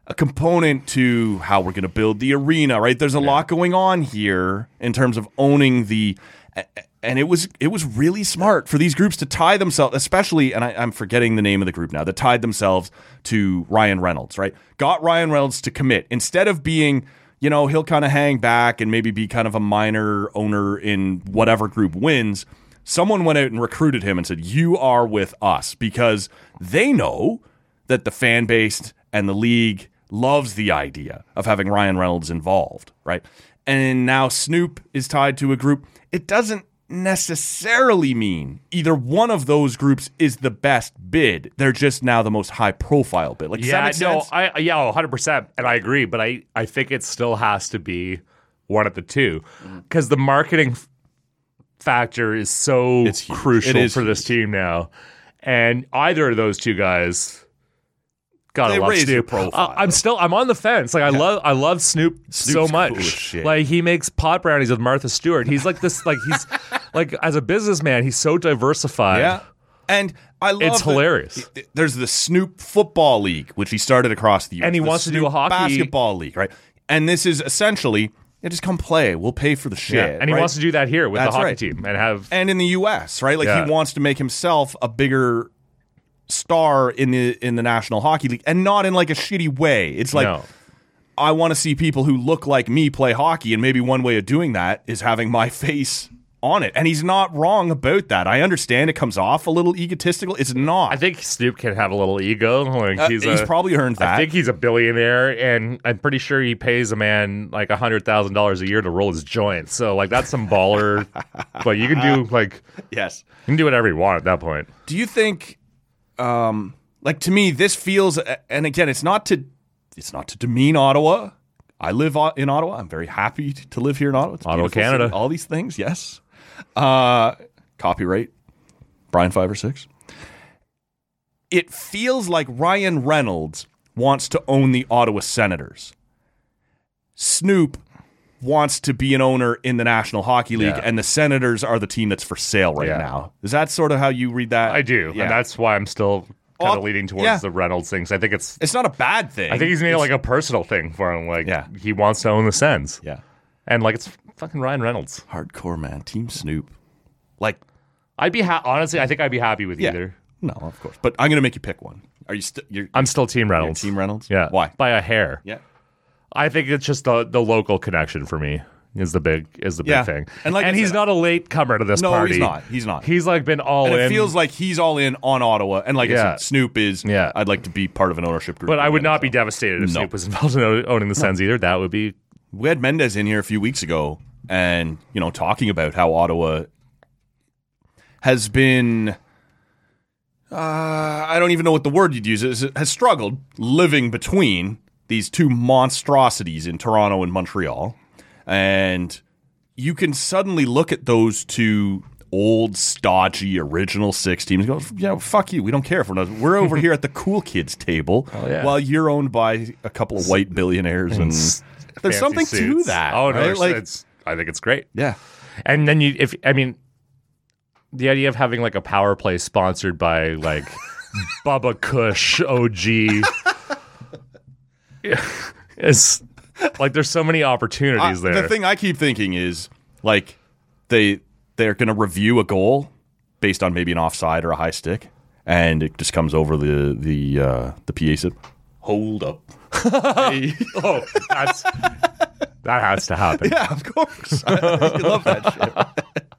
[SPEAKER 2] a component to how we're going to build the arena, right? There's a lot going on here in terms of owning the. a- a- And it was it was really smart for these groups to tie themselves, especially, and I, I'm forgetting the name of the group now, that tied themselves to Ryan Reynolds, right? Got Ryan Reynolds to commit instead of being, you know, he'll kind of hang back and maybe be kind of a minor owner in whatever group wins. Someone went out and recruited him and said, "You are with us," because they know that the fan base and the league loves the idea of having Ryan Reynolds involved, right? And now Snoop is tied to a group. It doesn't necessarily mean either one of those groups is the best bid. They're just now the most high profile bid. Like, does that
[SPEAKER 1] Yeah,
[SPEAKER 2] make
[SPEAKER 1] no,
[SPEAKER 2] sense?
[SPEAKER 1] I I- yeah, one hundred percent, and I agree. But I I think it still has to be one of the two
[SPEAKER 2] Mm-hmm.
[SPEAKER 1] because the marketing f- factor is so
[SPEAKER 2] It's huge.
[SPEAKER 1] crucial
[SPEAKER 2] It is
[SPEAKER 1] for this team now, and either of those two guys. Gotta
[SPEAKER 2] They
[SPEAKER 1] love
[SPEAKER 2] raise
[SPEAKER 1] Snoop.
[SPEAKER 2] the profile.
[SPEAKER 1] Uh, I'm still I'm on the fence. Like I love I love Snoop so
[SPEAKER 2] cool
[SPEAKER 1] much.
[SPEAKER 2] as shit.
[SPEAKER 1] Like he makes pot brownies with Martha Stewart. He's like this. Like
[SPEAKER 2] [laughs]
[SPEAKER 1] he's like as a businessman, he's so diversified.
[SPEAKER 2] yeah. And I love
[SPEAKER 1] It's
[SPEAKER 2] that-
[SPEAKER 1] hilarious.
[SPEAKER 2] There's the Snoop Football League, which he started across the U.S.
[SPEAKER 1] And he
[SPEAKER 2] the
[SPEAKER 1] wants to do a
[SPEAKER 2] Snoop
[SPEAKER 1] hockey-
[SPEAKER 2] basketball league, right? And this is essentially, yeah, just come play. We'll pay for the shit.
[SPEAKER 1] Yeah, and he
[SPEAKER 2] right?
[SPEAKER 1] wants to do that here with
[SPEAKER 2] That's
[SPEAKER 1] the hockey
[SPEAKER 2] right.
[SPEAKER 1] team and have
[SPEAKER 2] and in the U.S. Right, like
[SPEAKER 1] Yeah.
[SPEAKER 2] he wants to make himself a bigger star in the in the National Hockey League, and not in like a shitty way. It's like
[SPEAKER 1] no.
[SPEAKER 2] I want to see people who look like me play hockey, and maybe one way of doing that is having my [laughs] face on it. And he's not wrong about that. I understand it comes off a little egotistical. It's not.
[SPEAKER 1] I think Snoop can have a little ego. Like
[SPEAKER 2] Uh,
[SPEAKER 1] he's,
[SPEAKER 2] he's,
[SPEAKER 1] a-
[SPEAKER 2] probably earned that.
[SPEAKER 1] I think he's a billionaire, and I'm pretty sure he pays a man like hundred thousand dollars a year to roll his joints. So like that's some
[SPEAKER 2] [laughs]
[SPEAKER 1] baller. but you can do like you
[SPEAKER 2] yes.
[SPEAKER 1] can do whatever you want at that point.
[SPEAKER 2] Do you think, um, like to me, this feels, and again, it's not to, it's not to demean Ottawa. I live o- in Ottawa. I'm very happy t- to live here in Ottawa. It's a
[SPEAKER 1] Ottawa,
[SPEAKER 2] beautiful city.
[SPEAKER 1] Canada.
[SPEAKER 2] All these things, yes. Uh, copyright, Brian five or six. It feels like Ryan Reynolds wants to own the Ottawa Senators. Snoop wants to be an owner in the National Hockey League,
[SPEAKER 1] Yeah.
[SPEAKER 2] and the Senators are the team that's for sale right
[SPEAKER 1] Yeah.
[SPEAKER 2] now. Is that sort of how you read that?
[SPEAKER 1] I do,
[SPEAKER 2] Yeah.
[SPEAKER 1] and that's why I'm still kind
[SPEAKER 2] Oh,
[SPEAKER 1] of leaning towards
[SPEAKER 2] yeah.
[SPEAKER 1] the Reynolds thing. 'cause I think it's
[SPEAKER 2] It's not a bad thing.
[SPEAKER 1] I think he's made like a personal thing for him. Like
[SPEAKER 2] Yeah.
[SPEAKER 1] he wants to own the Sens,
[SPEAKER 2] yeah,
[SPEAKER 1] and like it's fucking Ryan Reynolds.
[SPEAKER 2] hardcore man, Team Snoop. Like
[SPEAKER 1] I'd be ha- honestly, I think I'd be happy with
[SPEAKER 2] yeah.
[SPEAKER 1] either.
[SPEAKER 2] no, of course. But I'm gonna make you pick one. Are you still you're,
[SPEAKER 1] I'm still Team
[SPEAKER 2] you're
[SPEAKER 1] Reynolds.
[SPEAKER 2] Team Reynolds?
[SPEAKER 1] Yeah,
[SPEAKER 2] Why?
[SPEAKER 1] by a hair.
[SPEAKER 2] Yeah.
[SPEAKER 1] I think it's just the the local connection for me is the big is the big
[SPEAKER 2] Yeah.
[SPEAKER 1] thing.
[SPEAKER 2] And like I
[SPEAKER 1] he's
[SPEAKER 2] said-
[SPEAKER 1] not a late comer to this
[SPEAKER 2] No,
[SPEAKER 1] party.
[SPEAKER 2] he's not. He's not.
[SPEAKER 1] He's like been all
[SPEAKER 2] And
[SPEAKER 1] in.
[SPEAKER 2] it feels like he's all in on Ottawa, and like I
[SPEAKER 1] Yeah.
[SPEAKER 2] said, Snoop is.
[SPEAKER 1] Yeah.
[SPEAKER 2] I'd like to be part of an ownership group.
[SPEAKER 1] but I would
[SPEAKER 2] again,
[SPEAKER 1] not be
[SPEAKER 2] so.
[SPEAKER 1] devastated if
[SPEAKER 2] No.
[SPEAKER 1] Snoop was [laughs] involved in o- owning the Sens either. That would be
[SPEAKER 2] We had Mendez in here a few weeks ago, and you know, talking about how Ottawa has been. Uh, I don't even know what the word you'd use is. Has struggled living between these two monstrosities in Toronto and Montreal, and you can suddenly look at those two old stodgy original six teams and go, yeah, fuck you. We don't care if we're not. We're
[SPEAKER 1] [laughs]
[SPEAKER 2] over here at the cool kids table
[SPEAKER 1] yeah.
[SPEAKER 2] while you're owned by a couple of white billionaires and
[SPEAKER 1] s-
[SPEAKER 2] Mm. there's
[SPEAKER 1] fancy
[SPEAKER 2] something to
[SPEAKER 1] suits.
[SPEAKER 2] that.
[SPEAKER 1] Oh no,
[SPEAKER 2] right?
[SPEAKER 1] there's-
[SPEAKER 2] like
[SPEAKER 1] it's I think it's great.
[SPEAKER 2] yeah,
[SPEAKER 1] And then you if I mean the idea of having like a power play sponsored by
[SPEAKER 2] [laughs]
[SPEAKER 1] like Bubba Kush [laughs] OG is like there's so many opportunities
[SPEAKER 2] I-
[SPEAKER 1] there.
[SPEAKER 2] the thing I keep thinking is like they they're gonna review a goal based on maybe an offside or a high stick, and it just comes over the the uh, the PA said, "Hold [laughs] up."
[SPEAKER 1] [laughs] Oh, that's that has to happen.
[SPEAKER 2] [laughs] Yeah, of course. I love that shit. [laughs]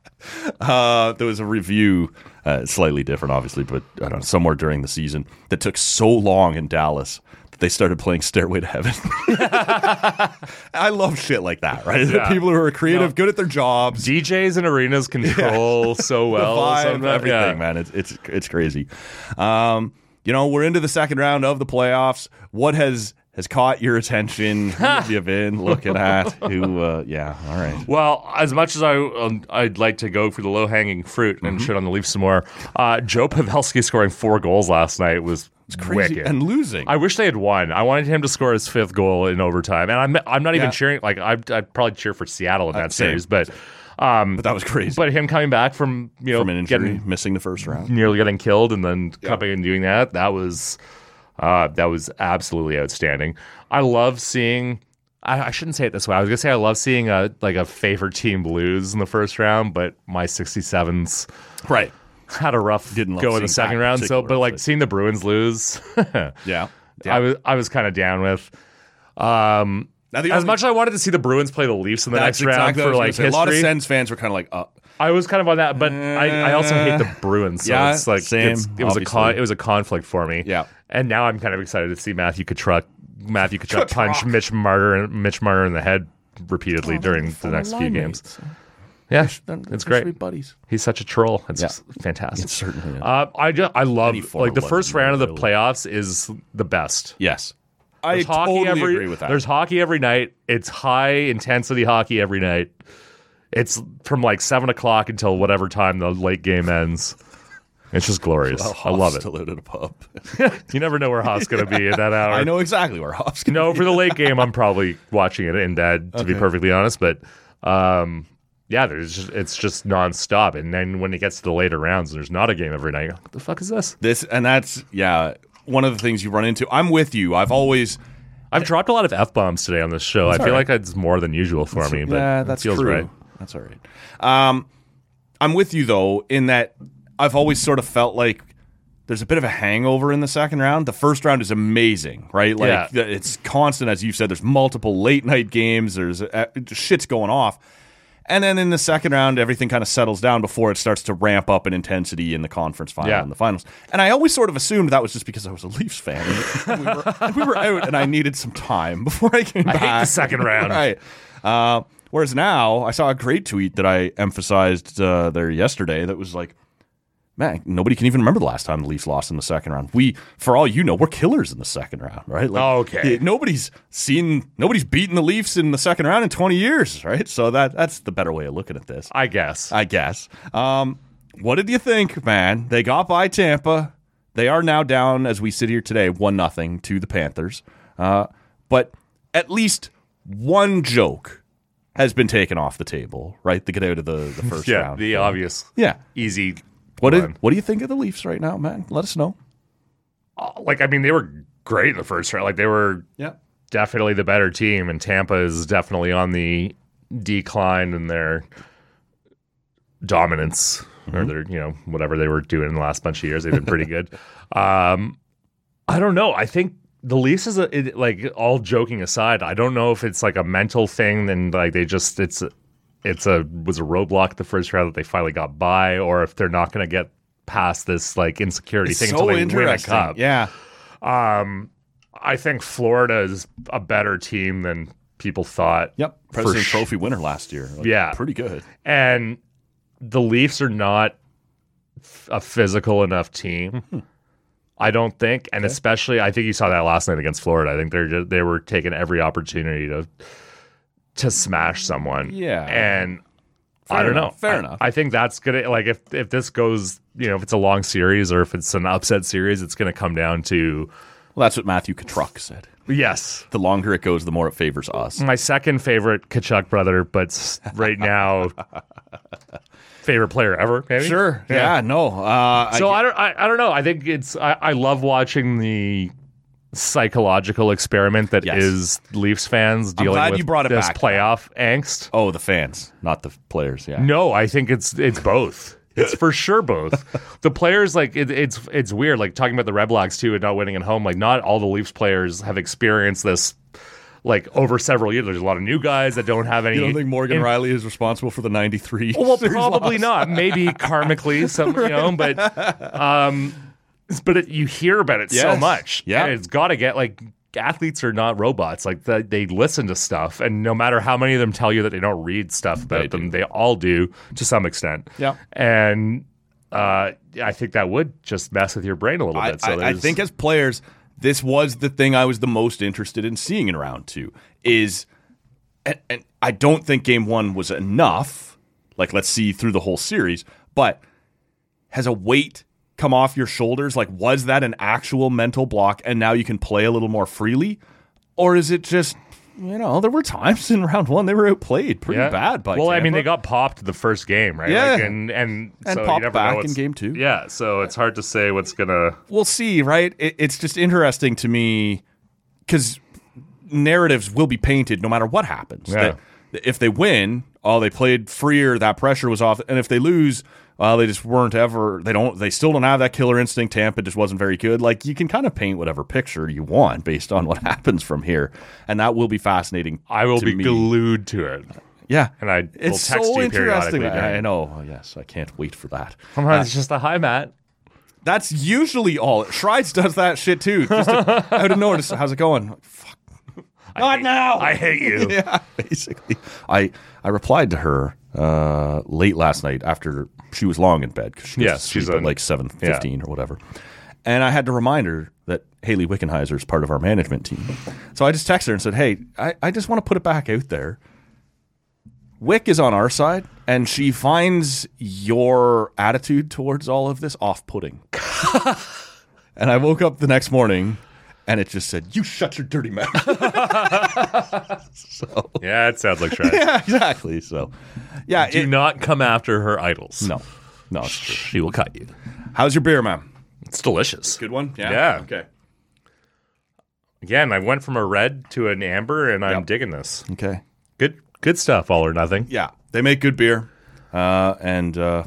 [SPEAKER 2] Uh, there was a review, uh, slightly different, obviously, but I don't know, somewhere during the season that took so long in Dallas that they started playing Stairway to Heaven. [laughs] I love shit like that, right? The People who are creative, good at their jobs,
[SPEAKER 1] DJs and arenas control
[SPEAKER 2] [laughs]
[SPEAKER 1] so well.
[SPEAKER 2] vibe,
[SPEAKER 1] sometimes.
[SPEAKER 2] everything,
[SPEAKER 1] Yeah.
[SPEAKER 2] man. It's it's it's crazy. Um, you know, we're into the second round of the playoffs. What has has caught your attention? Who you've been looking at? Who? Uh, yeah. All right.
[SPEAKER 1] Well, as much as I, um, I'd like to go for the low hanging fruit and
[SPEAKER 2] Mm-hmm.
[SPEAKER 1] shit on the Leafs some more, uh, Joe Pavelski scoring four goals last night was
[SPEAKER 2] Crazy
[SPEAKER 1] wicked.
[SPEAKER 2] and losing.
[SPEAKER 1] I wish they had won. I wanted him to score his fifth goal in overtime, and I'm I'm not even
[SPEAKER 2] Yeah. Uh,
[SPEAKER 1] cheering. Like I'd, I'd probably cheer for Seattle in that
[SPEAKER 2] same.
[SPEAKER 1] series, but um,
[SPEAKER 2] but that was crazy.
[SPEAKER 1] but him coming back from you know
[SPEAKER 2] From an injury,
[SPEAKER 1] getting
[SPEAKER 2] missing the first
[SPEAKER 1] [laughs]
[SPEAKER 2] round.
[SPEAKER 1] nearly getting killed and then coming and doing that that was uh, that was absolutely outstanding i love seeing I, I shouldn't say it this way i was going to say i love seeing a like a favorite team lose in the first round but my 67s
[SPEAKER 2] Right.
[SPEAKER 1] had a rough
[SPEAKER 2] Didn't love
[SPEAKER 1] go in
[SPEAKER 2] seeing
[SPEAKER 1] the
[SPEAKER 2] that
[SPEAKER 1] second
[SPEAKER 2] in
[SPEAKER 1] round so
[SPEAKER 2] particular,
[SPEAKER 1] but like
[SPEAKER 2] but-
[SPEAKER 1] seeing the bruins lose [laughs]
[SPEAKER 2] Yeah.
[SPEAKER 1] i was i was kind of down with um
[SPEAKER 2] Now, the
[SPEAKER 1] as
[SPEAKER 2] only-
[SPEAKER 1] much as I wanted to see the Bruins play the Leafs in the
[SPEAKER 2] That's
[SPEAKER 1] next round
[SPEAKER 2] exactly what
[SPEAKER 1] for
[SPEAKER 2] I was gonna
[SPEAKER 1] like
[SPEAKER 2] say. a lot of
[SPEAKER 1] history,
[SPEAKER 2] Sens fans were kind of like, uh,
[SPEAKER 1] I was kind of on that, but I, I also hate the Bruins. So
[SPEAKER 2] yeah,
[SPEAKER 1] it's like
[SPEAKER 2] same,
[SPEAKER 1] it's- it was a con,
[SPEAKER 2] obviously.
[SPEAKER 1] it was a conflict for me.
[SPEAKER 2] Yeah.
[SPEAKER 1] and now I'm kind of excited to see Matthew Kachuk, Matthew Kachuk, punch Mitch Marner and Mitch Marner in the head repeatedly during the next few games. Yeah, it's great.
[SPEAKER 2] buddies.
[SPEAKER 1] He's such a troll. It's just fantastic.
[SPEAKER 2] certainly is.
[SPEAKER 1] Uh, I just, I love
[SPEAKER 2] form
[SPEAKER 1] like
[SPEAKER 2] of
[SPEAKER 1] the
[SPEAKER 2] love
[SPEAKER 1] first
[SPEAKER 2] you
[SPEAKER 1] round of the
[SPEAKER 2] really
[SPEAKER 1] playoffs is the best.
[SPEAKER 2] Yes. I
[SPEAKER 1] There's hockey
[SPEAKER 2] totally
[SPEAKER 1] every,
[SPEAKER 2] agree with that.
[SPEAKER 1] There's hockey every night. It's high intensity hockey every night. It's from like seven o'clock until whatever time the late game ends. It's just glorious. I love it.
[SPEAKER 2] Still out at a pub.
[SPEAKER 1] [laughs] You never know where Hoff's going to be at that hour.
[SPEAKER 2] [laughs] I know exactly where Hoff's going.
[SPEAKER 1] No, for the late game, I'm probably watching it in bed, to be perfectly honest. But um, yeah, there's just, it's just nonstop. And then when it gets to the later rounds and there's not a game every night, you're like, what the fuck is this?
[SPEAKER 2] [laughs] This and that's yeah. One of the things you run into. I'm with you. I've always
[SPEAKER 1] I've dropped a lot of F bombs today on this show. I feel like it's more than usual for me, but
[SPEAKER 2] yeah,
[SPEAKER 1] it
[SPEAKER 2] that's
[SPEAKER 1] feels
[SPEAKER 2] true.
[SPEAKER 1] right.
[SPEAKER 2] That's all right. Um, I'm with you though in that I've always sort of felt like there's a bit of a hangover in the second round. The first round is amazing, right? Like
[SPEAKER 1] Yeah.
[SPEAKER 2] th- it's constant, as you've said. There's multiple late night games. There's uh, shit's going off. And then in the second round, everything kind of settles down before it starts to ramp up in intensity in the conference final
[SPEAKER 1] Yeah.
[SPEAKER 2] and the finals. And I always sort of assumed that was just because I was a Leafs fan. we, were, we were out, and I needed some time [laughs] before I came
[SPEAKER 1] I
[SPEAKER 2] back.
[SPEAKER 1] hate the
[SPEAKER 2] [laughs]
[SPEAKER 1] second round.
[SPEAKER 2] Right. Uh, whereas now, I saw a great tweet that I emphasized uh, there yesterday that was like, man, nobody can even remember the last time the Leafs lost in the second round. We, for all you know, we're killers in the second round, right? Like,
[SPEAKER 1] Okay.
[SPEAKER 2] yeah, Nobody's seen, nobody's beaten the Leafs in the second round in 20 years, right? So that that's the better way of looking at this,
[SPEAKER 1] I guess.
[SPEAKER 2] I guess. Um, what did you think, man? They got by Tampa. They are now down, as we sit here today, one nothing to the Panthers. Uh, but at least one joke has been taken off the table, right? To get out of the,
[SPEAKER 1] [laughs]
[SPEAKER 2] the first
[SPEAKER 1] yeah,
[SPEAKER 2] round.
[SPEAKER 1] the uh, obvious,
[SPEAKER 2] yeah.
[SPEAKER 1] easy.
[SPEAKER 2] What
[SPEAKER 1] one.
[SPEAKER 2] did, what do you think of the Leafs right now, man? Let us know.
[SPEAKER 1] Like, I mean, they were great in the first round. Like, they were
[SPEAKER 2] Yeah.
[SPEAKER 1] definitely the better team, and Tampa is definitely on the decline in their dominance or their, you know, whatever they were doing in the last bunch of years. They've been pretty good. Um, I don't know. I think the Leafs is a, it, like all joking aside. I don't know if it's like a mental thing, and like they just it's it's a was a roadblock the first round that they finally got by, or if they're not going to get past this like insecurity thing until they win a cup.
[SPEAKER 2] Yeah.
[SPEAKER 1] I think Florida is a better team than people thought.
[SPEAKER 2] Yep.
[SPEAKER 1] For
[SPEAKER 2] President
[SPEAKER 1] sh-
[SPEAKER 2] Trophy winner last year. Like,
[SPEAKER 1] Yeah.
[SPEAKER 2] Pretty good.
[SPEAKER 1] And the Leafs are not f- a physical enough team.
[SPEAKER 2] Mm-hmm.
[SPEAKER 1] I don't think, and especially I think you saw that last night against Florida. I think they're just, they were taking every opportunity to to smash someone.
[SPEAKER 2] Yeah.
[SPEAKER 1] And I don't
[SPEAKER 2] enough,
[SPEAKER 1] know.
[SPEAKER 2] fair
[SPEAKER 1] I-
[SPEAKER 2] enough.
[SPEAKER 1] I think that's gonna like if if this goes, you know, if it's a long series or if it's an upset series, it's gonna come down to
[SPEAKER 2] Well, that's what Matthew Katruck said.
[SPEAKER 1] yes,
[SPEAKER 2] The longer it goes, the more it favors us.
[SPEAKER 1] my second favorite Kachuk brother, but s- right
[SPEAKER 2] [laughs]
[SPEAKER 1] now, favorite player ever. Maybe
[SPEAKER 2] Sure. Yeah. no. Uh,
[SPEAKER 1] So
[SPEAKER 2] I,
[SPEAKER 1] I don't. I, I don't know. I think it's. I, I love watching the psychological experiment that is
[SPEAKER 2] Yes.
[SPEAKER 1] Leafs fans dealing
[SPEAKER 2] glad
[SPEAKER 1] with
[SPEAKER 2] you brought it
[SPEAKER 1] this
[SPEAKER 2] back.
[SPEAKER 1] playoff angst.
[SPEAKER 2] oh, the fans, not the players. Yeah.
[SPEAKER 1] No, I think it's it's both. It's for sure
[SPEAKER 2] [laughs]
[SPEAKER 1] both. The players like it, it's it's weird. Like talking about the Red Blacks too and not winning at home. Like not all the Leafs players have experienced this like over several years. There's a lot of new guys that don't have any.
[SPEAKER 5] You don't think Morgan
[SPEAKER 1] in-
[SPEAKER 5] Riley is responsible for the 93?
[SPEAKER 1] Well, probably not. Maybe karmically, some you know,
[SPEAKER 2] [laughs]
[SPEAKER 1] but um, but it, you hear about it so
[SPEAKER 5] Yes.
[SPEAKER 1] much.
[SPEAKER 5] Yeah.
[SPEAKER 1] And it's got to get like athletes are not robots. Like they, they listen to stuff, and no matter how many of them tell you that they don't read stuff about
[SPEAKER 5] They
[SPEAKER 1] them, they all do to some extent.
[SPEAKER 2] Yeah.
[SPEAKER 1] and. Uh, I think that would just mess with your brain a little
[SPEAKER 2] I,
[SPEAKER 1] bit. So
[SPEAKER 2] I- I
[SPEAKER 1] there's-
[SPEAKER 2] think as players, this was the thing I was the most interested in seeing in round two. Is and, and I don't think game one was enough. Like let's see through the whole series, but has a weight come off your shoulders? Like was that an actual mental block, and now you can play a little more freely, or is it just you know there were times in round one they were outplayed pretty
[SPEAKER 1] Yeah.
[SPEAKER 2] bad by
[SPEAKER 1] well, I mean,
[SPEAKER 2] Tampa.
[SPEAKER 1] they got popped the first game, right?
[SPEAKER 2] Yeah.
[SPEAKER 1] Like, and and,
[SPEAKER 2] And
[SPEAKER 1] so you
[SPEAKER 2] popped
[SPEAKER 1] never know
[SPEAKER 2] back in
[SPEAKER 1] what's-
[SPEAKER 2] game two.
[SPEAKER 1] Yeah, so it's hard to say what's gonna.
[SPEAKER 2] we'll see, right? It, it's just interesting to me because narratives will be painted no matter what happens.
[SPEAKER 1] Yeah.
[SPEAKER 2] That if they win, oh, they played freer, that pressure was off, and if they lose, well, they just weren't ever. They don't. They still don't have that killer instinct. Tampa just wasn't very good. Like you can kind of paint whatever picture you want based on what [laughs] happens from here, and that will be fascinating.
[SPEAKER 1] I will
[SPEAKER 2] to
[SPEAKER 1] be
[SPEAKER 2] me.
[SPEAKER 1] glued to it.
[SPEAKER 2] Yeah,
[SPEAKER 1] and I will text
[SPEAKER 2] It's so
[SPEAKER 1] you
[SPEAKER 2] interesting.
[SPEAKER 1] periodically during-
[SPEAKER 2] I, I know. Oh, yes, I can't wait for that.
[SPEAKER 1] Sometimes it's just a hi, Matt.
[SPEAKER 2] That's usually all. Shrides does that shit too. Just to, out of nowhere, just, how's it going? Fuck. Not now.
[SPEAKER 1] I hate you. [laughs]
[SPEAKER 2] [laughs] yeah, basically. I I replied to her uh, late last night after she was long in bed because she was
[SPEAKER 1] Yeah,
[SPEAKER 2] asleep
[SPEAKER 1] she's
[SPEAKER 2] at
[SPEAKER 1] on-
[SPEAKER 2] like seven fifteen or whatever. And I had to remind her that Haley Wickenheiser is part of our management team. So I just texted her and said, "Hey, I, I just want to put it back out there. Wick is on our side, and she finds your attitude towards all of this
[SPEAKER 1] [laughs]
[SPEAKER 2] off-putting." and I woke up the next morning, and it just said, "You shut your dirty mouth."
[SPEAKER 1] Yeah, it sounds like trash.
[SPEAKER 2] [laughs] yeah, exactly. So, yeah,
[SPEAKER 1] Do
[SPEAKER 2] it-
[SPEAKER 1] not come after her idols.
[SPEAKER 2] no, no. it's true.
[SPEAKER 1] She will cut you.
[SPEAKER 2] How's your beer, man?
[SPEAKER 1] It's delicious.
[SPEAKER 2] Good one.
[SPEAKER 1] Yeah.
[SPEAKER 2] Okay.
[SPEAKER 1] Again, I went from a red to an amber, and I'm digging this.
[SPEAKER 2] Okay.
[SPEAKER 1] Good, good stuff. All or nothing.
[SPEAKER 2] Yeah, they make good beer, uh, and uh,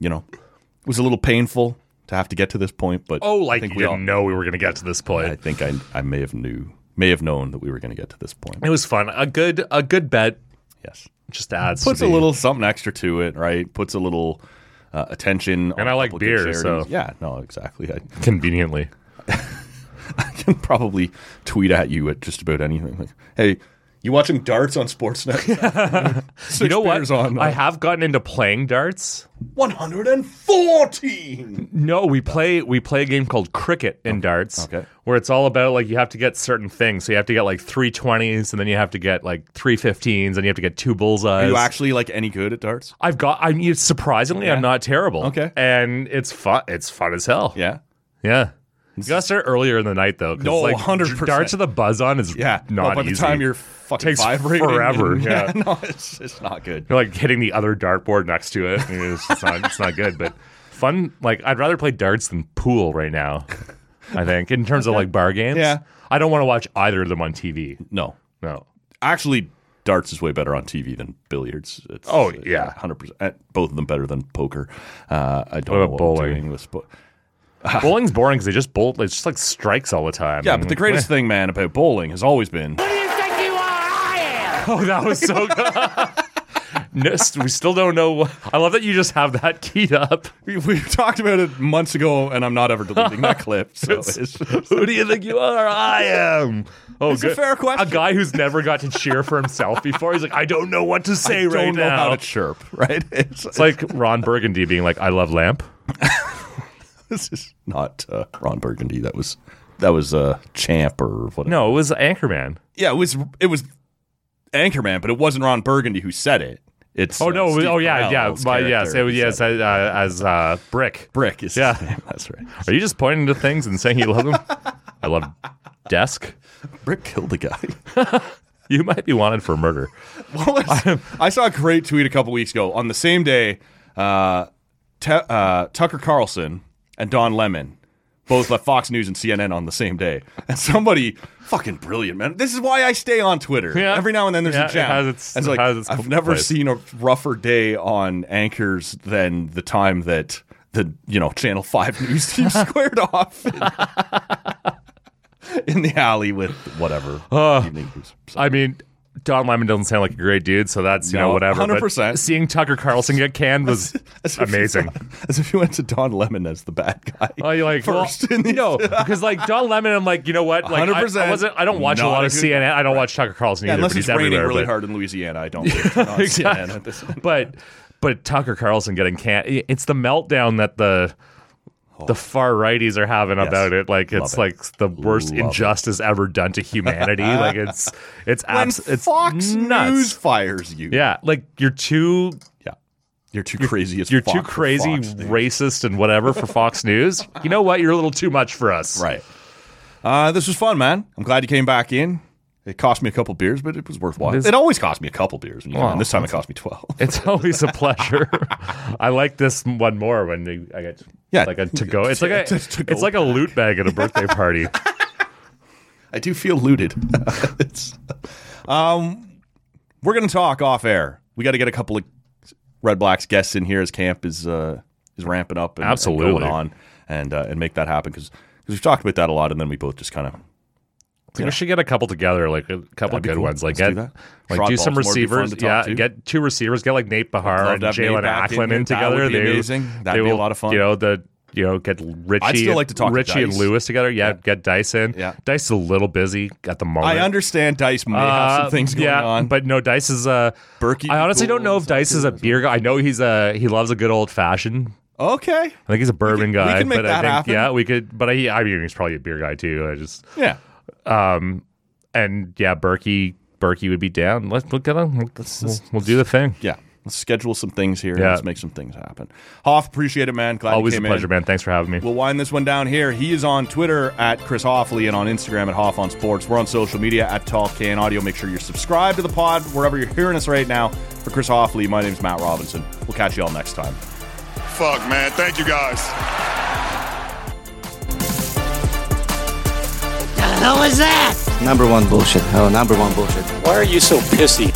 [SPEAKER 2] you know, it was a little painful to have to get to this point, but
[SPEAKER 1] Oh, like
[SPEAKER 2] I think
[SPEAKER 1] you
[SPEAKER 2] we
[SPEAKER 1] didn't
[SPEAKER 2] all,
[SPEAKER 1] know we were going to get to this point.
[SPEAKER 2] I think I I may have knew may have known that we were going to get to this point.
[SPEAKER 1] it was fun. A good, a good bet.
[SPEAKER 2] Yes.
[SPEAKER 1] Just adds
[SPEAKER 2] Puts
[SPEAKER 1] to
[SPEAKER 2] a
[SPEAKER 1] the-
[SPEAKER 2] little something extra to it, right? Puts a little uh, attention. on
[SPEAKER 1] I
[SPEAKER 2] a
[SPEAKER 1] like
[SPEAKER 2] couple good
[SPEAKER 1] beer,
[SPEAKER 2] charities.
[SPEAKER 1] so-
[SPEAKER 2] yeah, no, exactly. I
[SPEAKER 1] conveniently.
[SPEAKER 2] [laughs] can probably tweet at you at just about anything. Like, hey, you watching darts on Sportsnet?
[SPEAKER 1] [laughs]
[SPEAKER 2] [laughs]
[SPEAKER 1] you know what?
[SPEAKER 2] beers on. uh,
[SPEAKER 1] I have gotten into playing darts.
[SPEAKER 2] 114.
[SPEAKER 1] No, we play we play a game called cricket in darts.
[SPEAKER 2] Okay.
[SPEAKER 1] Where it's all about like you have to get certain things. So you have to get like three twenties, and then you have to get like three fifteens, and you have to get two bullseyes.
[SPEAKER 2] Are you actually like any good at darts?
[SPEAKER 1] I've got. I mean, surprisingly, I'm not terrible.
[SPEAKER 2] Okay.
[SPEAKER 1] And it's fun. It's fun as hell.
[SPEAKER 2] Yeah.
[SPEAKER 1] Yeah. You gotta start earlier in the night though. 'cause,
[SPEAKER 2] No,
[SPEAKER 1] like,
[SPEAKER 2] 100%.
[SPEAKER 1] Darts with a buzz on is
[SPEAKER 2] Yeah.
[SPEAKER 1] not
[SPEAKER 2] no, by the
[SPEAKER 1] easy.
[SPEAKER 2] time you're fucking
[SPEAKER 1] Takes
[SPEAKER 2] vibrating [laughs]
[SPEAKER 1] forever,
[SPEAKER 2] and-
[SPEAKER 1] yeah.
[SPEAKER 2] no, it's, it's not good.
[SPEAKER 1] You're like hitting the other dartboard next to it. It's, just not, it's not good, but fun. Like I'd rather play darts than pool right now. I think in terms of like bar games.
[SPEAKER 2] Yeah.
[SPEAKER 1] I don't want to watch either of them on TV.
[SPEAKER 2] No.
[SPEAKER 1] No.
[SPEAKER 2] Actually, darts is way better on TV than billiards. It's,
[SPEAKER 1] Oh, yeah.
[SPEAKER 2] 100%. Uh, Both of them better than poker. Uh, I don't
[SPEAKER 1] What
[SPEAKER 2] know
[SPEAKER 1] about
[SPEAKER 2] what
[SPEAKER 1] bowling? Mm-hmm.
[SPEAKER 2] I'm doing with spo-
[SPEAKER 1] Bowling's boring because they just bowl. It's just like strikes all the time.
[SPEAKER 2] Ah. Yeah,
[SPEAKER 1] And
[SPEAKER 2] but the
[SPEAKER 1] like,
[SPEAKER 2] greatest thing, man, about bowling has always been
[SPEAKER 1] [laughs] Oh, that was
[SPEAKER 2] [laughs]
[SPEAKER 1] so good. No, s- we still don't know. what- I love that you just have that keyed up.
[SPEAKER 2] we, we [laughs] talked about it months ago, and I'm not ever
[SPEAKER 1] [laughs]
[SPEAKER 2] deleting that clip. So it's,
[SPEAKER 1] Who do you think you are? I am. Oh,
[SPEAKER 2] It's a
[SPEAKER 1] good.
[SPEAKER 2] fair question.
[SPEAKER 1] A guy who's never got to cheer for himself before. He's like, I don't know what to say
[SPEAKER 2] I
[SPEAKER 1] right
[SPEAKER 2] don't know
[SPEAKER 1] now.
[SPEAKER 2] how to chirp, [laughs] right? It's,
[SPEAKER 1] It's like Ron Burgundy being like, "I love lamp."
[SPEAKER 2] this is not uh, Ron Burgundy. That was that was uh, Champ or whatever.
[SPEAKER 1] No, it was Anchorman.
[SPEAKER 2] Yeah, it was it was Anchorman, but it wasn't Ron Burgundy who said it. It's
[SPEAKER 1] Oh no!
[SPEAKER 2] uh,
[SPEAKER 1] it was-
[SPEAKER 2] Steve
[SPEAKER 1] oh yeah, yeah.
[SPEAKER 2] Carell's
[SPEAKER 1] My, yes,
[SPEAKER 2] character
[SPEAKER 1] it was
[SPEAKER 2] who
[SPEAKER 1] yes
[SPEAKER 2] said it.
[SPEAKER 1] uh, uh, as uh, Brick.
[SPEAKER 2] Brick is
[SPEAKER 1] Yeah.
[SPEAKER 2] his name. That's right.
[SPEAKER 1] Are you just pointing to things and saying you love
[SPEAKER 2] [laughs]
[SPEAKER 1] them? I love desk.
[SPEAKER 2] Brick killed the guy.
[SPEAKER 1] You might be wanted for murder.
[SPEAKER 2] [laughs] What was- I saw a great tweet a couple weeks ago on the same day. Uh, Te- uh, Tucker Carlson and Don Lemon both left Fox News and CNN on the same day, and somebody fucking brilliant man. This is why I stay on Twitter.
[SPEAKER 1] Yeah.
[SPEAKER 2] Every now and then there's
[SPEAKER 1] Yeah,
[SPEAKER 2] a
[SPEAKER 1] it
[SPEAKER 2] jam.
[SPEAKER 1] has its-
[SPEAKER 2] And
[SPEAKER 1] it
[SPEAKER 2] like,
[SPEAKER 1] has its
[SPEAKER 2] I've never
[SPEAKER 1] place.
[SPEAKER 2] seen a rougher day on anchors than the time that [laughs]
[SPEAKER 1] [laughs]
[SPEAKER 2] the you know Channel Five news team squared off. [laughs] in the alley with whatever.
[SPEAKER 1] Uh,
[SPEAKER 2] evening blues.
[SPEAKER 1] I mean, Don Lyman doesn't sound like a great dude, so that's you know
[SPEAKER 2] No,
[SPEAKER 1] whatever. but
[SPEAKER 2] 100%.
[SPEAKER 1] Seeing Tucker Carlson get canned
[SPEAKER 2] [laughs]
[SPEAKER 1] was amazing. [laughs]
[SPEAKER 2] As if you went to Don Lemon as the bad guy.
[SPEAKER 1] Oh, you like
[SPEAKER 2] first
[SPEAKER 1] well,
[SPEAKER 2] in the [laughs]
[SPEAKER 1] no, because like Don Lemon, I'm like, you know what? Like, I- I,
[SPEAKER 2] 100%
[SPEAKER 1] wasn't. I don't watch a
[SPEAKER 2] not
[SPEAKER 1] lot
[SPEAKER 2] a
[SPEAKER 1] of
[SPEAKER 2] good-
[SPEAKER 1] CNN. I don't watch Tucker Carlson either.
[SPEAKER 2] unless
[SPEAKER 1] but he's
[SPEAKER 2] it's raining
[SPEAKER 1] everywhere,
[SPEAKER 2] really
[SPEAKER 1] but-
[SPEAKER 2] hard in Louisiana, I don't. think
[SPEAKER 1] [laughs]
[SPEAKER 2] it's on CNN at this point.
[SPEAKER 1] but but Tucker Carlson getting canned. i- It's the meltdown that the the far righties are having about it. Like it's
[SPEAKER 2] it.
[SPEAKER 1] like the worst
[SPEAKER 2] Oh. Love it.
[SPEAKER 1] injustice ever done to
[SPEAKER 2] [laughs]
[SPEAKER 1] humanity. like it's it's
[SPEAKER 2] When
[SPEAKER 1] abs- it's
[SPEAKER 2] Fox
[SPEAKER 1] nuts.
[SPEAKER 2] News fires you,
[SPEAKER 1] Yeah, like you're too
[SPEAKER 2] Yeah. You're too crazy. As
[SPEAKER 1] you're
[SPEAKER 2] fuck
[SPEAKER 1] too
[SPEAKER 2] for
[SPEAKER 1] crazy,
[SPEAKER 2] Fox News.
[SPEAKER 1] racist, and whatever for
[SPEAKER 2] [laughs]
[SPEAKER 1] Fox News. You know what? You're a little too much for us.
[SPEAKER 2] Right. Uh, this was fun, man. I'm glad you came back in. It cost me a couple beers, but it was worthwhile.
[SPEAKER 1] This-
[SPEAKER 2] it always costs me a couple beers. When you come in. This time it cost me 12.
[SPEAKER 1] It's always a pleasure. [laughs] I like this one more when you- I get
[SPEAKER 2] Yeah.
[SPEAKER 1] like a to go. It's
[SPEAKER 2] [laughs]
[SPEAKER 1] like a
[SPEAKER 2] It's a to-go
[SPEAKER 1] it's like a loot bag at a birthday
[SPEAKER 2] [laughs]
[SPEAKER 1] party.
[SPEAKER 2] I do feel looted. [laughs] It's- um, we're going to talk off air. We got to get a couple of Red Blacks guests in here as camp is uh, is ramping up and, and
[SPEAKER 1] Absolutely.
[SPEAKER 2] going on and uh, and make that happen because we've talked about that a lot and then we both just kind of
[SPEAKER 1] Like, We should get a couple together, like a couple of
[SPEAKER 2] be
[SPEAKER 1] good
[SPEAKER 2] cool.
[SPEAKER 1] ones. Like
[SPEAKER 2] Let's do
[SPEAKER 1] get
[SPEAKER 2] that.
[SPEAKER 1] like
[SPEAKER 2] Trot
[SPEAKER 1] do some
[SPEAKER 2] Baltimore would be fun
[SPEAKER 1] receivers.
[SPEAKER 2] to talk
[SPEAKER 1] Yeah,
[SPEAKER 2] to.
[SPEAKER 1] get two receivers. Get like Nate Bahar
[SPEAKER 2] love
[SPEAKER 1] and
[SPEAKER 2] to have Nate
[SPEAKER 1] Jalen
[SPEAKER 2] back in
[SPEAKER 1] Acklin
[SPEAKER 2] here.
[SPEAKER 1] in
[SPEAKER 2] That
[SPEAKER 1] together.
[SPEAKER 2] would be
[SPEAKER 1] They-
[SPEAKER 2] amazing. That'd
[SPEAKER 1] they
[SPEAKER 2] be a
[SPEAKER 1] will,
[SPEAKER 2] lot of fun.
[SPEAKER 1] You know the you know get Richie.
[SPEAKER 2] still like to talk to
[SPEAKER 1] Richie and
[SPEAKER 2] Dice.
[SPEAKER 1] Lewis together. Yeah, get Dice in.
[SPEAKER 2] Yeah.
[SPEAKER 1] Dice is a little busy at the moment.
[SPEAKER 2] I understand Dice may have
[SPEAKER 1] Uh,
[SPEAKER 2] some things going
[SPEAKER 1] yeah,
[SPEAKER 2] on,
[SPEAKER 1] but no, Dice is a.
[SPEAKER 2] Berkey
[SPEAKER 1] I honestly don't know if
[SPEAKER 2] Eagles, that
[SPEAKER 1] Dice is a beer guy. I know he's a he loves a good old fashioned.
[SPEAKER 2] okay,
[SPEAKER 1] I think he's a bourbon
[SPEAKER 2] we
[SPEAKER 1] guy.
[SPEAKER 2] can make
[SPEAKER 1] but I
[SPEAKER 2] that
[SPEAKER 1] think,
[SPEAKER 2] happen.
[SPEAKER 1] Yeah, we could. But I, I mean, he's probably a beer guy too. I just
[SPEAKER 2] yeah.
[SPEAKER 1] and yeah, Berkey Berkey would be down. Let's look at him. We'll, we'll, do the thing.
[SPEAKER 2] yeah, let's schedule some things here. and
[SPEAKER 1] Yeah.
[SPEAKER 2] Let's make some things happen. Hoff, appreciate it, man. Glad
[SPEAKER 1] Always
[SPEAKER 2] you
[SPEAKER 1] a
[SPEAKER 2] came
[SPEAKER 1] pleasure,
[SPEAKER 2] in.
[SPEAKER 1] man. Thanks for having me.
[SPEAKER 2] We'll wind this one down here. He is on Twitter at Chris Hoffley and on Instagram at Hoff on Sports. We're on social media at Talk Can Audio. Make sure you're subscribed to the pod wherever you're hearing us right now. For Chris Hoffley, my name's Matt Robinson. We'll catch you all next time.
[SPEAKER 6] Fuck, man. Thank you guys.
[SPEAKER 7] the hell was that?
[SPEAKER 8] Number one bullshit. Oh, number one bullshit.
[SPEAKER 9] Why are you so pissy?